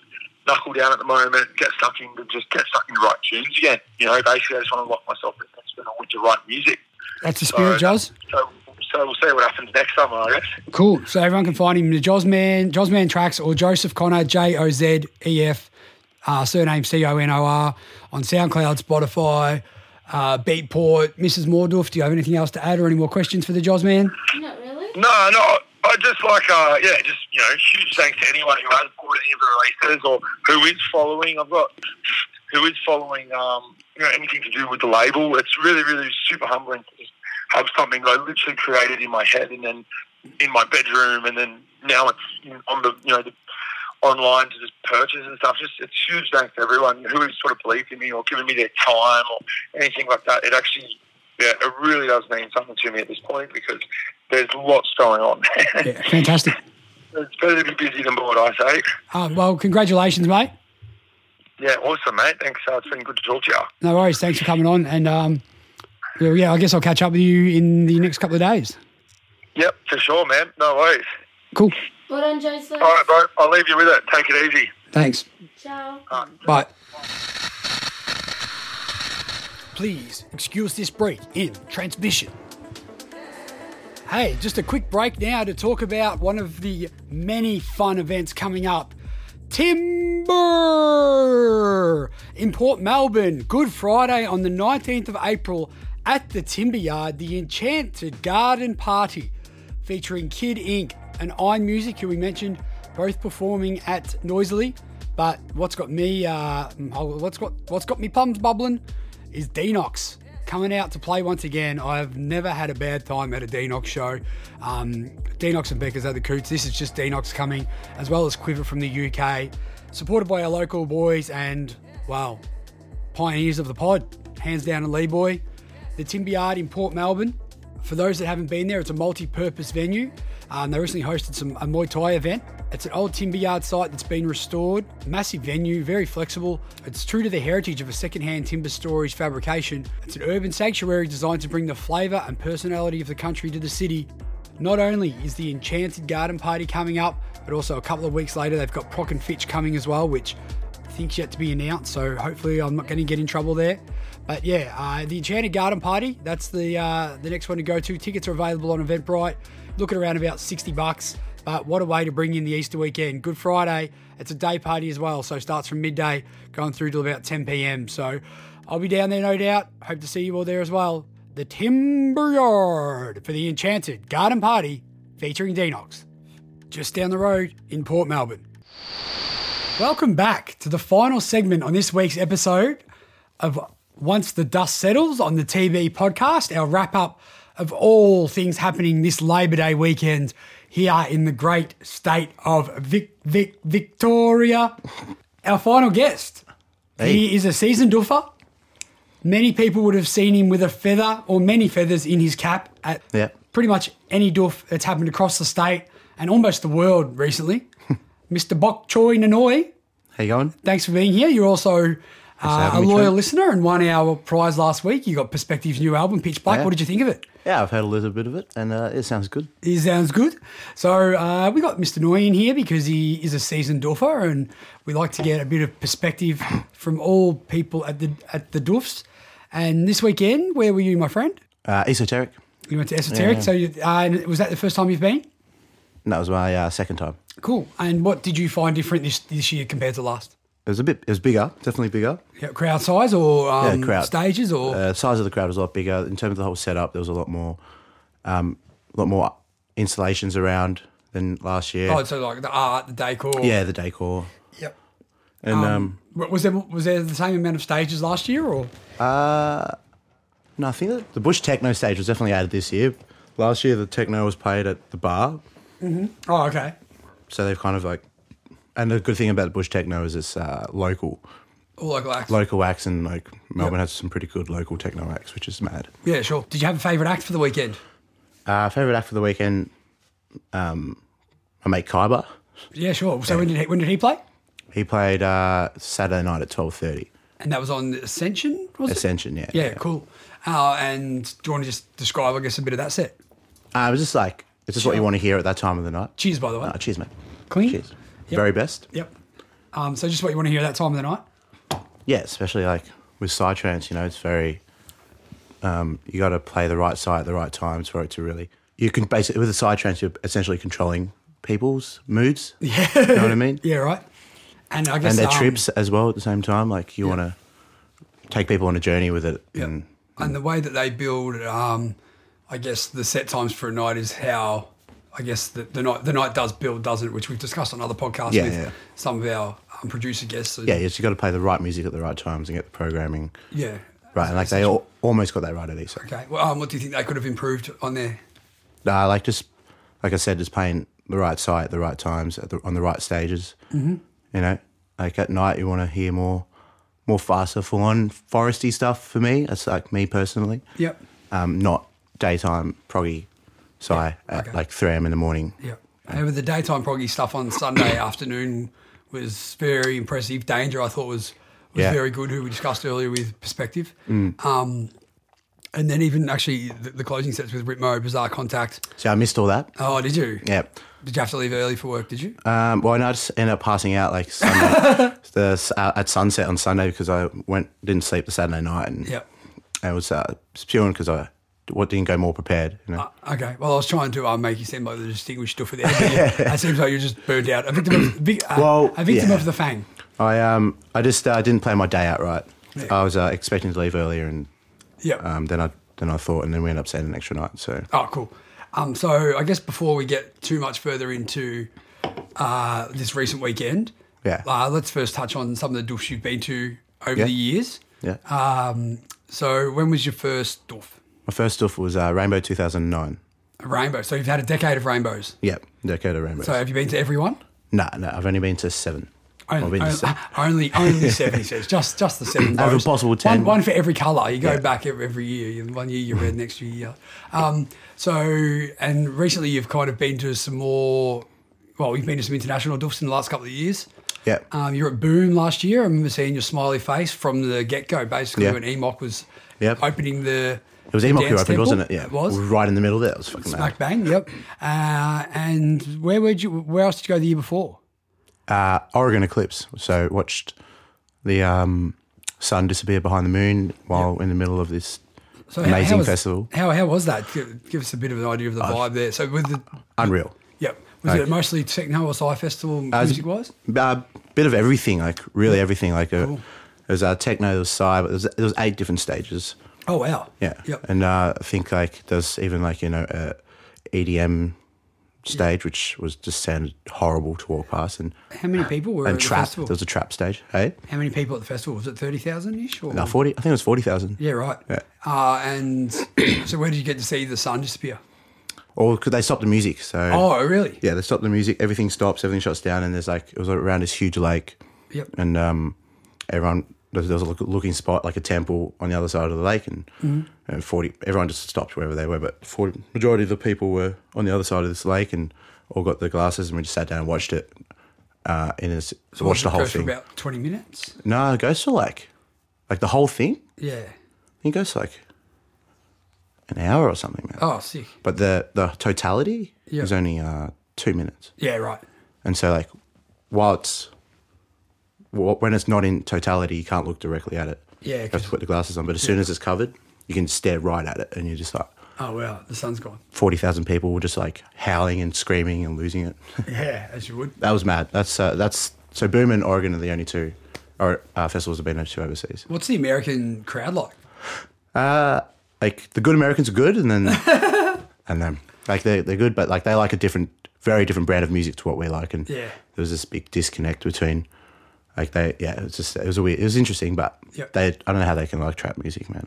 knuckle down at the moment, get stuck into just get stuck into right tunes again. You know, basically, I just want to lock myself in and spend a winter writing music.
That's the spirit,
So-
Jos.
So, so we'll see what happens next summer, I guess.
Cool. So everyone can find him the Josman, Josman Tracks or Joseph Connor, J O Z E F, uh, surname C O N O R, on SoundCloud, Spotify, uh, Beatport. Mrs. Mordorf, do you have anything else to add or any more questions for the Josman?
Not really.
No, no. I just like, uh, yeah, just, you know, huge thanks to anyone who has bought any of the releases or who is following. I've got who is following, um, you know, anything to do with the label. It's really, really super humbling to just have something I literally created in my head and then in my bedroom and then now it's in, on the, you know, the online to just purchase and stuff. Just it's huge thanks to everyone who has sort of believed in me or given me their time or anything like that. It actually, yeah, it really does mean something to me at this point because there's lots going on.
Yeah, fantastic. Uh,
it's better to be busy than bored, I say.
Um, well, congratulations, mate.
Yeah, awesome, mate. Thanks. Uh, it's been good to talk to you.
No worries. Thanks for coming on. And um, yeah, yeah, I guess I'll catch up with you in the next couple of days.
Yep, for sure, man. No worries.
Cool.
Well done, Joseph.
All right, bro. I'll leave you with it. Take it easy.
Thanks.
Ciao.
Bye. Please excuse this break in transmission. Hey, just a quick break now to talk about one of the many fun events coming up. Timber in Port Melbourne, Good Friday on the 19th of April at the Timber Yard, the Enchanted Garden Party featuring Kid Inc. and Iron Music, who we mentioned, both performing at Noisily. But what's got me, uh, what's got what's got me plums bubbling, is Denox coming out to play once again. I've never had a bad time at a Denox show. Um, Denox and Becker's are the coots. This is just Denox coming, as well as Quiver from the UK, supported by our local boys and wow, pioneers of the pod, hands down and Lee Boy. The Timber Yard in Port Melbourne. For those that haven't been there, it's a multi-purpose venue. Um, they recently hosted some a Muay Thai event. It's an old timber yard site that's been restored. Massive venue, very flexible. It's true to the heritage of a second-hand timber storage fabrication. It's an urban sanctuary designed to bring the flavour and personality of the country to the city. Not only is the Enchanted Garden Party coming up, but also a couple of weeks later they've got Proc and Fitch coming as well, which things yet to be announced, so hopefully I'm not going to get in trouble there. But yeah, uh, the Enchanted Garden Party, that's the uh, the next one to go to. Tickets are available on Eventbrite. Look at around about 60 bucks. But what a way to bring in the Easter weekend. Good Friday, it's a day party as well, so it starts from midday going through till about 10 p.m. So I'll be down there no doubt. Hope to see you all there as well. The Timber Yard for the Enchanted Garden Party featuring Denox. Just down the road in Port Melbourne. Welcome back to the final segment on this week's episode of Once the Dust Settles on the TB podcast, our wrap up of all things happening this Labor Day weekend here in the great state of Vic, Vic, Victoria. Our final guest. He is a seasoned doofer. Many people would have seen him with a feather or many feathers in his cap at
Yeah.
pretty much any doof that's happened across the state and almost the world recently. Mr. Bok Choi Nanoi,
How you going?
thanks for being here. You're also uh,
having
a
me,
loyal
Troy.
listener and won our prize last week. You got Perspective's new album, Pitch Black.
Yeah.
What did you think of it?
Yeah, I've heard a little bit of it, and uh, it sounds good.
He sounds good. So uh, we got Mr. Noy in here because he is a seasoned doofer, and we like to get a bit of perspective from all people at the at the doofs. And this weekend, where were you, my friend?
Uh, esoteric.
You went to Esoteric.
Yeah.
So you, uh, and was that the first time you've been?
And that was my uh, second time.
Cool. And what did you find different this this year compared to last?
It was a bit. It was bigger, definitely bigger.
Yeah, crowd size or um,
yeah, crowd
stages or
uh, size of the crowd was a lot bigger in terms of the whole setup. There was a lot more, um, a lot more installations around than last year.
oh, so like the art, the decor.
yeah, the decor
Yep.
and um,
W- Was there was there the same amount of stages last year or?
No, I think that the Bush techno stage was definitely added this year. Last year, the techno was played at the bar,
Oh, okay.
so they've kind of like. And the good thing about Bush techno is it's uh, local,
All local acts.
local acts, and like Melbourne has some pretty good local techno acts, which is mad.
yeah, sure. Did you have a favourite act for the weekend?
Uh, favorite act for the weekend, um, my mate Kyber.
Yeah, sure. So when did he, when did he play?
He played uh, Saturday night at twelve thirty.
And that was on Ascension, was
Ascension, yeah.
it? Yeah, cool. Uh, and do you want to just describe, I guess, a bit of that set?
Uh, it was just like it's just what you want to hear at that time of the night.
Cheers, by the way.
Uh, cheers, mate.
Clean.
Cheers. Very best.
Yep. Um, so just what you want to hear at that time of the night.
Yeah, especially like with psytrance, you know, it's very. Um, you got to play the right side at the right times for it to really. You can basically with a psytrance, you're essentially controlling people's moods. Yeah, you know what I mean.
Yeah, right. And I guess
and their
um,
trips as well at the same time. Like you want to take people on a journey with it.
Yep.
And
and the way that they build, um, I guess the set times for a night is how, I guess the, the night the night does build, doesn't it? Which we've discussed on other podcasts
Yeah,
with
yeah.
some of our um, producer guests. So-
yeah, you just got to play the right music at the right times and get the programming
yeah.
right. And like they all, almost got that right at ESO.
Okay. Well, um, what do you think they could have improved on there?
Nah, like just like I said, just playing the right site at the right times at the, on the right stages. Mm-hmm. You know, like at night you want to hear more, more faster, full on foresty stuff for me. That's like me personally.
Yep.
Um, not daytime proggy, sigh at
okay.
like three a.m. in the morning.
Yeah. However, the daytime proggy stuff on Sunday afternoon was very impressive. Danger, I thought, was was
Yeah. Mm.
very good, who we discussed earlier with Perspective. Um, and then even actually the, the closing sets with Ritmo, Bizarre Contact.
So I missed all that.
Oh, did you?
Yeah.
Did you have to leave early for work? Did you?
Um, well, no, I just ended up passing out like Sunday, the, s- uh, at sunset on Sunday because I went didn't sleep the Saturday night and
yeah.
I was uh, spewing because I what didn't go more prepared. You know?
Okay. Well, I was trying to uh, make you seem like the distinguished stuff with the head. but yeah, It seems like you're just burned out. A victim of, vi- uh,
Well,
a victim
yeah.
of the fang.
I um I just uh, didn't plan my day out right. I was uh, expecting to leave earlier and
Yeah.
um, then I then I thought and then we ended up staying an extra night. So
Oh, cool. Um, so I guess before we get too much further into uh, this recent weekend,
Yeah.
uh, let's first touch on some of the doofs you've been to over
Yeah.
the years.
yeah,
Um, so when was your first doof?
my first stuff was uh, Rainbow 2009.
A rainbow. So you've had a decade of rainbows.
Yep, Dakota Rainbow.
So have you been to everyone?
No, no, I've only been to seven. I've
Only,
been to
only,
seven.
only, only seven, he says. Just, just the seven.
Out of a
rows.
possible
One,
10.
one for every colour. You go
Yeah. Mm.
back every, every year. In One year you're red, next year you're yellow. Um, so, and recently you've kind of been to some more, well, you've been to some international doofs in the last couple of years.
Yep.
Um, you were at Boom last year. I remember seeing your smiley face from the get go, basically,
Yeah.
when Emoc was
Yep.
opening the.
It was Emo who
dance
opened, wasn't it?
temple.
Yeah,
It was.
We were right in the middle there. It was fucking mad.
Smack bang, yep. Uh, and where would you? Where else did you go the year before?
uh, Oregon eclipse. So watched the um, sun disappear behind the moon while in the middle of this
So
amazing
was,
festival.
How how was that? Give, give us a bit of an idea of the vibe there. So with the
Unreal.
yep, was it
Okay.
mostly techno or sci festival
was-
music wise?
Uh, bit of everything, like really everything. Like uh there was uh, techno, there was cyber, there was, there was eight different stages.
Oh wow,
Yeah.
yep.
And uh, I think like there's even like, you know, uh, a EDM stage, which was just sounded horrible to walk past and,
how many people were at
and
the
trap. There
festival?
was a trap stage. Hey?
How many people at the festival? Was it thirty thousand ish? Or
No, 40, I think it was 40,000.
yeah, right. Uh, and so where did you get to see the sun disappear?
Or could they stop the music? So
Oh really?
yeah, they stop the music. Everything stops. Everything shuts down, and there's like it was around this huge lake,
Yep.
and um, everyone there was there was a look, looking spot like a temple on the other side of the lake, and
Mm-hmm.
and forty everyone just stopped wherever they were, but forty majority of the people were on the other side of this lake, and all got the glasses, and we just sat down and watched it. Uh, and it's,
So
watched
what, it
the whole
goes
thing.
for about twenty minutes.
no, it goes for like, like the whole thing.
Yeah.
I think It goes for like an hour or something, man.
Oh sick.
But the the totality
Yeah.
was only uh, two minutes.
Yeah right.
And so, like, while it's wh- when it's not in totality, you can't look directly at it.
Yeah,
you have
'cause-
to put the glasses on. But as soon as it's covered, you can stare right at it, and you're just like
Oh wow, the sun's gone.
forty thousand people were just like howling and screaming and losing it.
Yeah, as you would.
that was mad. That's uh, that's so Boom and Oregon are the only two or uh, festivals I've been to overseas.
What's the American crowd like?
Like the good Americans are good, and then and then like they they're good, but like they like a different, very different brand of music to what we like, and
Yeah.
there was this big disconnect between. Like they, yeah, it was just it was a weird, it was interesting, but
Yep.
they, I don't know how they can like trap music, man.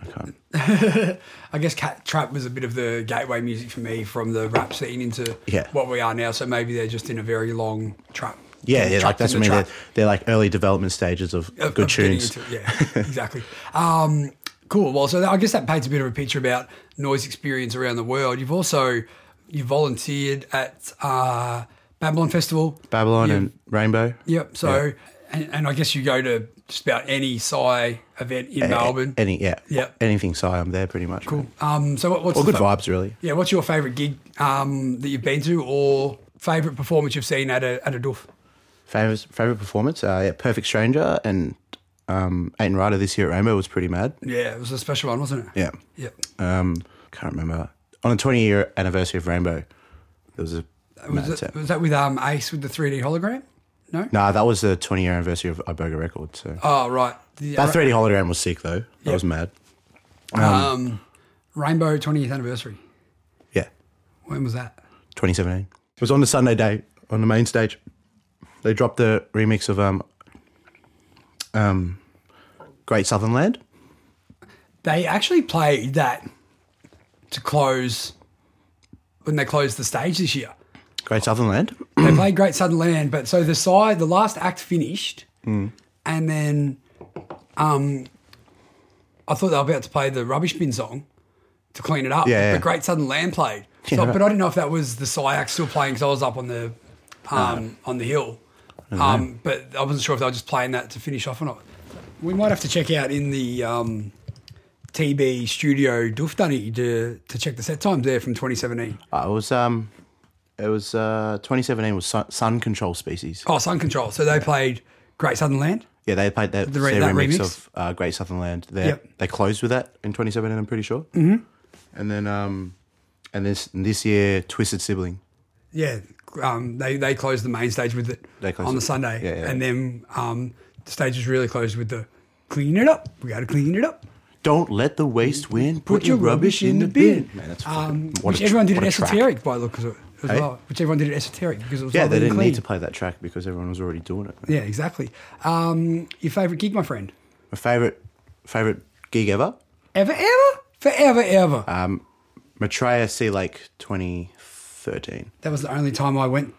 I can't.
I guess Cat Trap was a bit of the gateway music for me from the rap scene into
Yeah.
what we are now. So maybe they're just in a very long trap.
Yeah, yeah, like
trapped
that's
in
what I
the
mean. They're,
trap
they're like early development stages of,
of-
good
of getting
tunes.
into it. yeah, exactly. Um, cool. Well, so that, I guess that paints a bit of a picture about noise experience around the world. You've also you volunteered at uh, Babylon Festival.
Babylon
You-
and Rainbow.
yep. So And, and I guess you go to just about any Psy event in Melbourne.
Any, yeah,
Yep.
Anything, so I'm there pretty much. Cool.
um, so what, what's
Well,
the
good
fo-
vibes, really.
Yeah, what's your favourite gig um, that you've been to, or favourite performance you've seen at a at a doof?
Favorite favorite performance, uh, yeah, Perfect Stranger and um, Aiden Ryder this year at Rainbow was pretty mad.
Yeah, it was a special one, wasn't it?
Yeah.
Yeah,
Um, can't remember. On the 20 year anniversary of Rainbow, there was a.
was,
mad
that,
set.
was that with um, Ace with the three D hologram? No.
No, that was the 20 year anniversary of Iboga Records. So.
Oh right, the
that 3D hologram was sick, though. That was mad.
um, Rainbow twentieth anniversary.
Yeah,
When was that?
2017. It was on the Sunday day on the main stage. They dropped the remix of um, um, Great Southern Land.
They actually played that to close when they closed the stage this year.
Great Southern Land.
they played Great Southern Land, but so the side, the last act finished, and then um, I thought they were about to play the rubbish bin song to clean it up.
Yeah, yeah.
But Great Southern Land played, so,
Yeah, right.
but I didn't know if that was the side act still playing because I was up on the um, on the hill, um, but I wasn't sure if they were just playing that to finish off or not. We might have to check out in the um, TB studio Dufdani to, to check the set times there from 2017.
Uh, it was um, it was uh, 2017 was sun, sun Control Species.
Oh, Sun Control. So they played Great Southern Land.
Yeah, they played that,
The re-
their
that
remix,
remix?
of uh, Great Southern Land. They
Yep.
they closed with that in 2017. I'm pretty sure. Mm-hmm. And then um, and this and this year Twisted Sibling.
Yeah, um, they they closed the main stage with it
They closed
on the
it.
Sunday,
Yeah, yeah.
and then um, the stage was really closed with the clean it up. We got to clean it up.
Don't let the waste wind put, your rubbish in the bin. Man, that's
Um,
fucking- what
which
a tr-
everyone did
what
it
a track.
esoteric by the look of it as
Hey?
well. Which everyone did it esoteric because it was
Yeah,
lovely and
they didn't
clean.
need to play that track because everyone was already doing it.
Yeah, exactly. Um, your favorite gig, my friend,
My favorite favorite gig ever,
ever, ever, forever, ever.
Uh, Maitreya Sea Lake 2013.
that was the only time I went.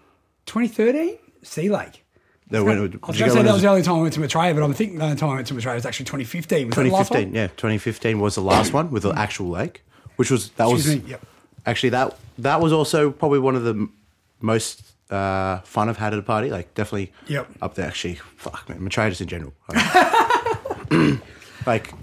2013, Sea Lake.
That went, did
I was
you
going
go
to say
when
that
it
was the only time I went to Maitreya, but I'm thinking the only time I went to Maitreya was actually 2015. Was that the last one?
2015. Yeah, 2015 was the last one with the actual lake, which was that
Excuse
was
me, yep.
actually that that was also probably one of the m- most uh, fun I've had at a party. Like definitely
Yep.
up there. Actually, fuck man, Maitreya just in general. Like-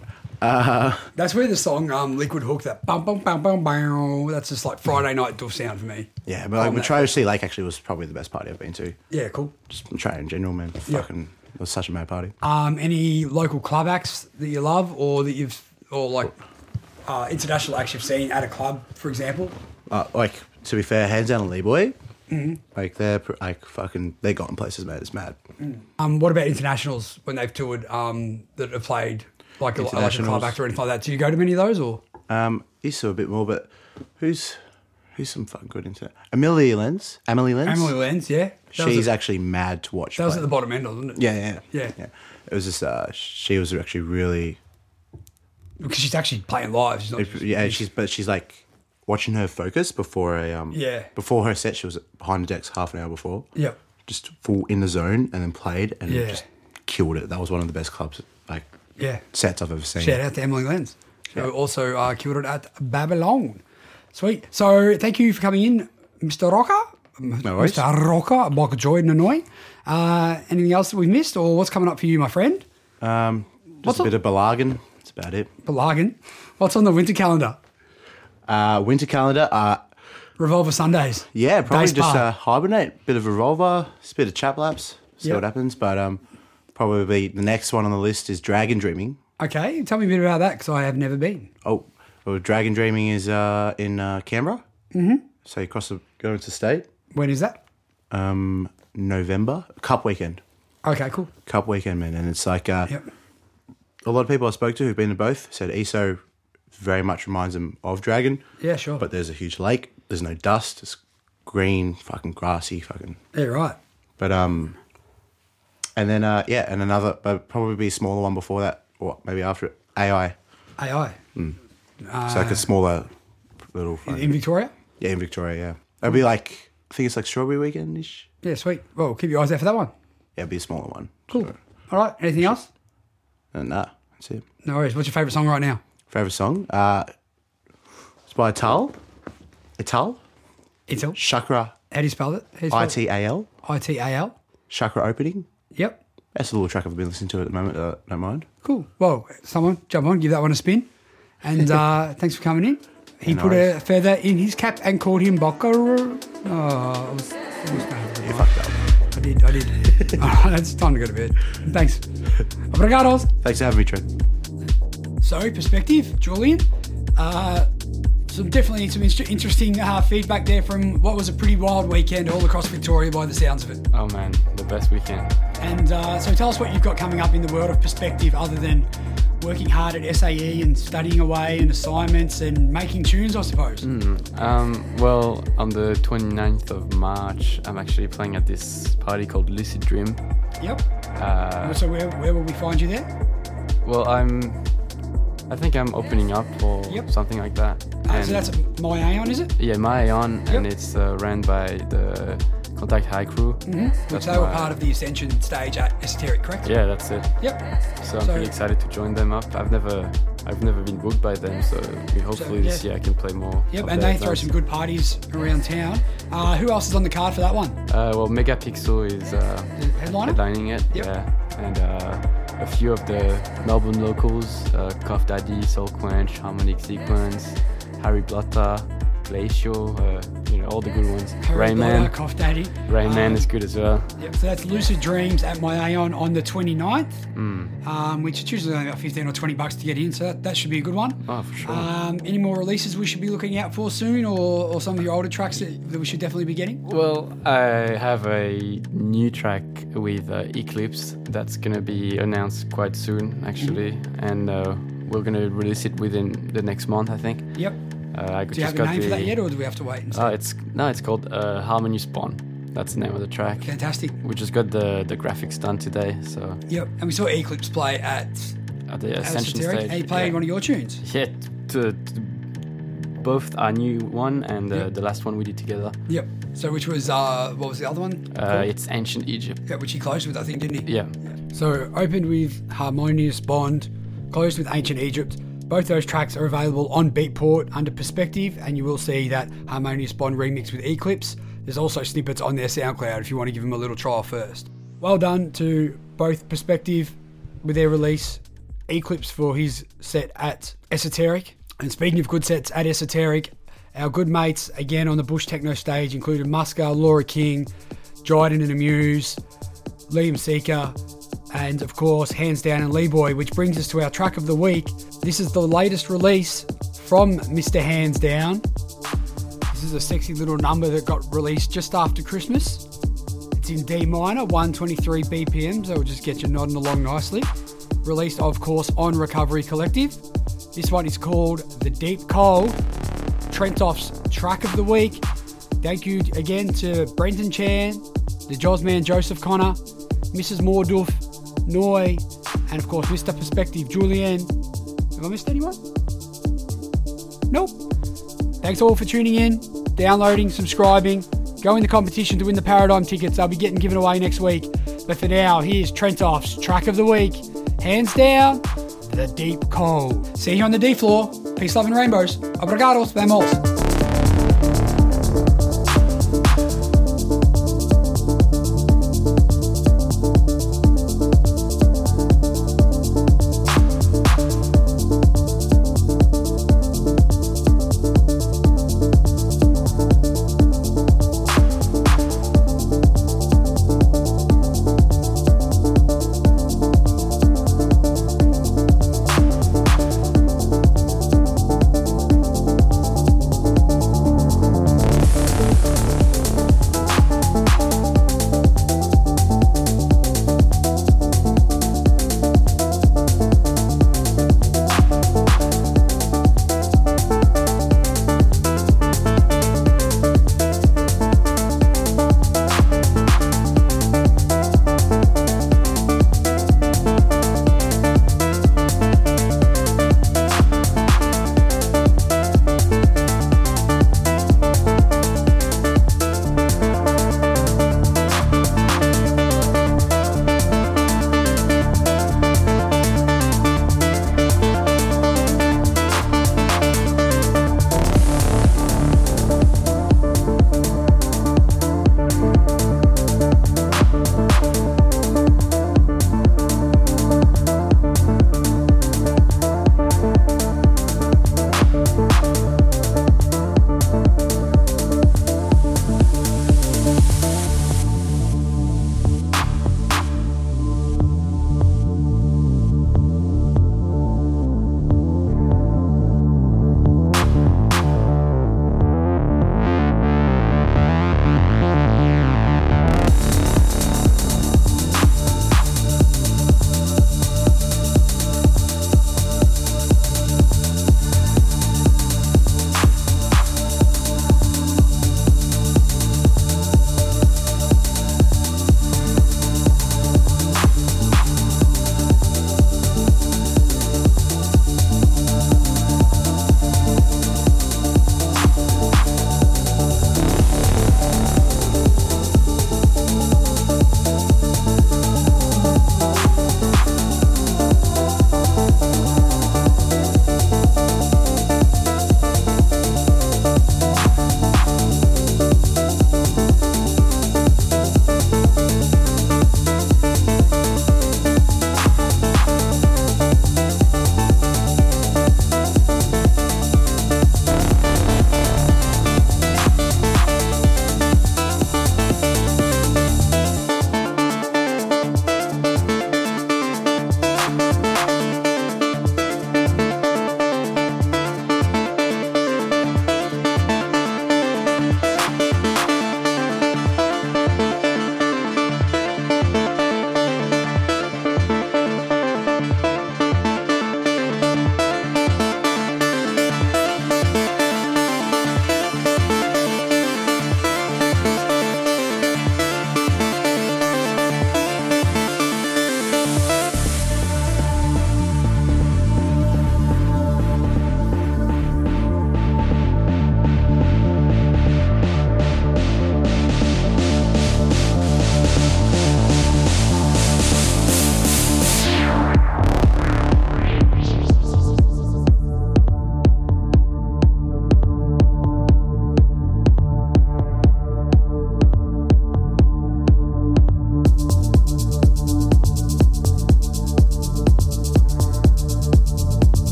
like
That's where the song um, Liquid Hook, that bum bum bum bum bum, that's just like Friday night doof sound for me.
yeah, but like
On that-
Maitreya Sea Lake actually was probably the best party I've been to.
Yeah, cool.
Just Maitreya in general, man. Fucking, it was such a mad party.
Um, any local club acts that you love or that you've, or like uh, international acts you've seen at a club, for example?
uh, like to be fair, hands down on Lee Boy.
Mm-hmm.
Like they're pr- like fucking they're gotten places, man. It's mad.
Um, what about internationals when they've toured um, that have played like a, like a club
Internationals.
act or anything like that? Do you go to many of those or?
Um, Issa a bit more, but who's who's some fucking good internet? Emily Lenz. Emily Lenz.
Emily Lenz, yeah. That
She's
was at,
actually mad to watch.
that was
play.
at the bottom end, wasn't it?
Yeah, yeah,
Yeah.
It was just uh, she was actually really
Because she's actually playing live. She's not just-
yeah. She's but she's like watching her focus before a um
Yeah.
before her set. She was behind the decks half an hour before.
Yep.
Just full in the zone and then played and
Yeah.
just killed it. That was one of the best clubs like
Yeah.
sets I've ever seen.
Shout out to Emily Lenz, who also uh, killed it at Babylon. Sweet. So thank you for coming in, Mr. Rocker.
No worries.
Mr. Rocker, Michael Jordan Annoy. Uh, anything else that we've missed, or what's coming up for you, my friend?
Just
What's
a bit of Balagan. That's about it.
Belagan. What's on the winter calendar?
Uh, winter calendar. Uh,
Revolver Sundays.
yeah, probably
Days
just
bar.
uh, hibernate. Bit of revolver. Just a bit of chap laps. See
Yep.
what happens. But um, probably the next one on the list is Dragon Dreaming.
Okay, tell me a bit about that because I have never been.
Oh, well, Dragon Dreaming is uh, in uh, Canberra. Mm-hmm. So you cross the going to state.
When is that?
Um, November Cup weekend.
Okay, cool.
Cup weekend, man, and it's like uh,
Yep.
a lot of people I spoke to who've been to both said ESO very much reminds them of Dragon.
Yeah, sure.
But there's a huge lake. There's no dust. It's green, fucking grassy, fucking.
Yeah, right.
But um, and then uh, yeah, and another, but probably be a smaller one before that, or maybe after it. AI.
AI
It's like a smaller little.
Ah. in,
Thing.
in Victoria.
yeah, in Victoria. Yeah, it'll be like I think it's like Strawberry Weekend ish.
Yeah, sweet. Well, keep your eyes out for that one.
Yeah, it'll be a smaller one.
Cool. All right. Anything else?
And nah, that's it.
No worries. What's your favorite song right now?
Favorite song? Uh, it's by Atal. Atal.
It's all.
Chakra.
How do you spell it? How do you spell
I
it?
T A L.
I T A L.
Chakra opening.
Yep.
That's a little track I've been listening to at the moment. Uh, don't mind.
Cool. Well, someone jump on, give that one a spin. And uh, thanks for coming in. He
No
put a
worries.
feather in his cap and called him Boccaroo. Oh, I was, I was gonna have it right. I did, I did. All right, it's time to go to bed. Thanks. Obrigados.
Thanks for having me, Trent.
So, perspective, Julian. Uh, some definitely some inst- interesting uh, feedback there from what was a pretty wild weekend all across Victoria by the sounds of it.
Oh man, the best weekend.
And uh, so tell us what you've got coming up in the world of perspective other than working hard at SAE and studying away and assignments and making tunes, I suppose.
Um, well, on the 29th of March, I'm actually playing at this party called Lucid Dream.
Yep.
Uh,
so where, where will we find you there?
well, I'm. I think I'm opening up or
Yep.
something like that.
Uh, so that's my Aeon, is it?
yeah, my Aeon, and
Yep.
it's uh, ran by the Contact High Crew. Mm-hmm.
Which they were part of the Ascension stage at Esoteric, correct?
Yeah, that's it.
Yep.
So I'm
So-
pretty excited to join them up. I've never, I've never been booked by them, so hopefully this
yeah.
year I can play more.
Yep,
of
and
their
they throw
events.
some good parties around town. Uh, who else is on the card for that one?
Uh, well, Megapixel is uh,
headliner?
headlining it.
Yep.
Yeah, and uh, a few of the Melbourne locals, uh, Cuff Daddy, Soul Quench, Harmonic Sequence, Harry Blatter, Glacial, uh, you know, all the good ones. Rayman.
Cough Daddy.
Rayman
Um,
is good as well.
Yep, so that's Lucid Dreams at my Aeon on the 29th,
Hmm.
um, which is usually only about 15 or 20 bucks to get in, so that, that should be a good one.
Oh, for sure.
Um, any more releases we should be looking out for soon, or, or some of your older tracks that, that we should definitely be getting?
Well, I have a new track with uh, Eclipse that's gonna be announced quite soon, actually,
Mm-hmm.
and uh, we're gonna release it within the next month, I think.
Yep.
Uh, I
Do you have a name for that yet, or do we have to wait? And see?
Uh, it's no, it's called uh, Harmony Spawn. That's the name of the track.
Fantastic.
We just got the the graphics done today, so
Yep, and we saw Eclipse play at
at the Ascension
Esoteric.
stage.
He played
yeah.
one of your tunes.
Yeah, t- t- t- both our new one and uh,
Yeah.
the last one we did together.
Yep. So which was uh, what was the other one?
Uh, it's Ancient Egypt.
Yeah, which he closed with, I think, didn't he?
Yeah.
So opened with Harmonious Bond, closed with Ancient Egypt. Both those tracks are available on Beatport under Perspective, and you will see that Harmonious Bond remix with Eclipse. There's also snippets on their SoundCloud if you want to give them a little trial first. Well done to both Perspective with their release, Eclipse for his set at Esoteric. And speaking of good sets at Esoteric, our good mates again on the Bush Techno stage included Muska, Laura King, Dryden and Amuse, Liam Seeker, and of course, Hands Down and Lee Boy, which brings us to our track of the week. This is the latest release from Mr. Hands Down. This is a sexy little number that got released just after Christmas. It's in D minor, 123 BPM, so it'll just get you nodding along nicely. Released, of course, on Recovery Collective. This one is called The Deep Cold, Trentoff's track of the week. Thank you again to Brenton Chan, the Josman Joseph Connor, Mrs. Mordoof, Noy, and of course Mr. Perspective Julianne. Have I missed anyone? Nope. Thanks all for tuning in, downloading, subscribing. Go in the competition to win the Paradigm tickets. I'll be getting given away next week. But for now, here's Trentoff's track of the week. Hands down, the deep cold. See you on the D floor. Peace, love, and rainbows. Obrigados, vamos.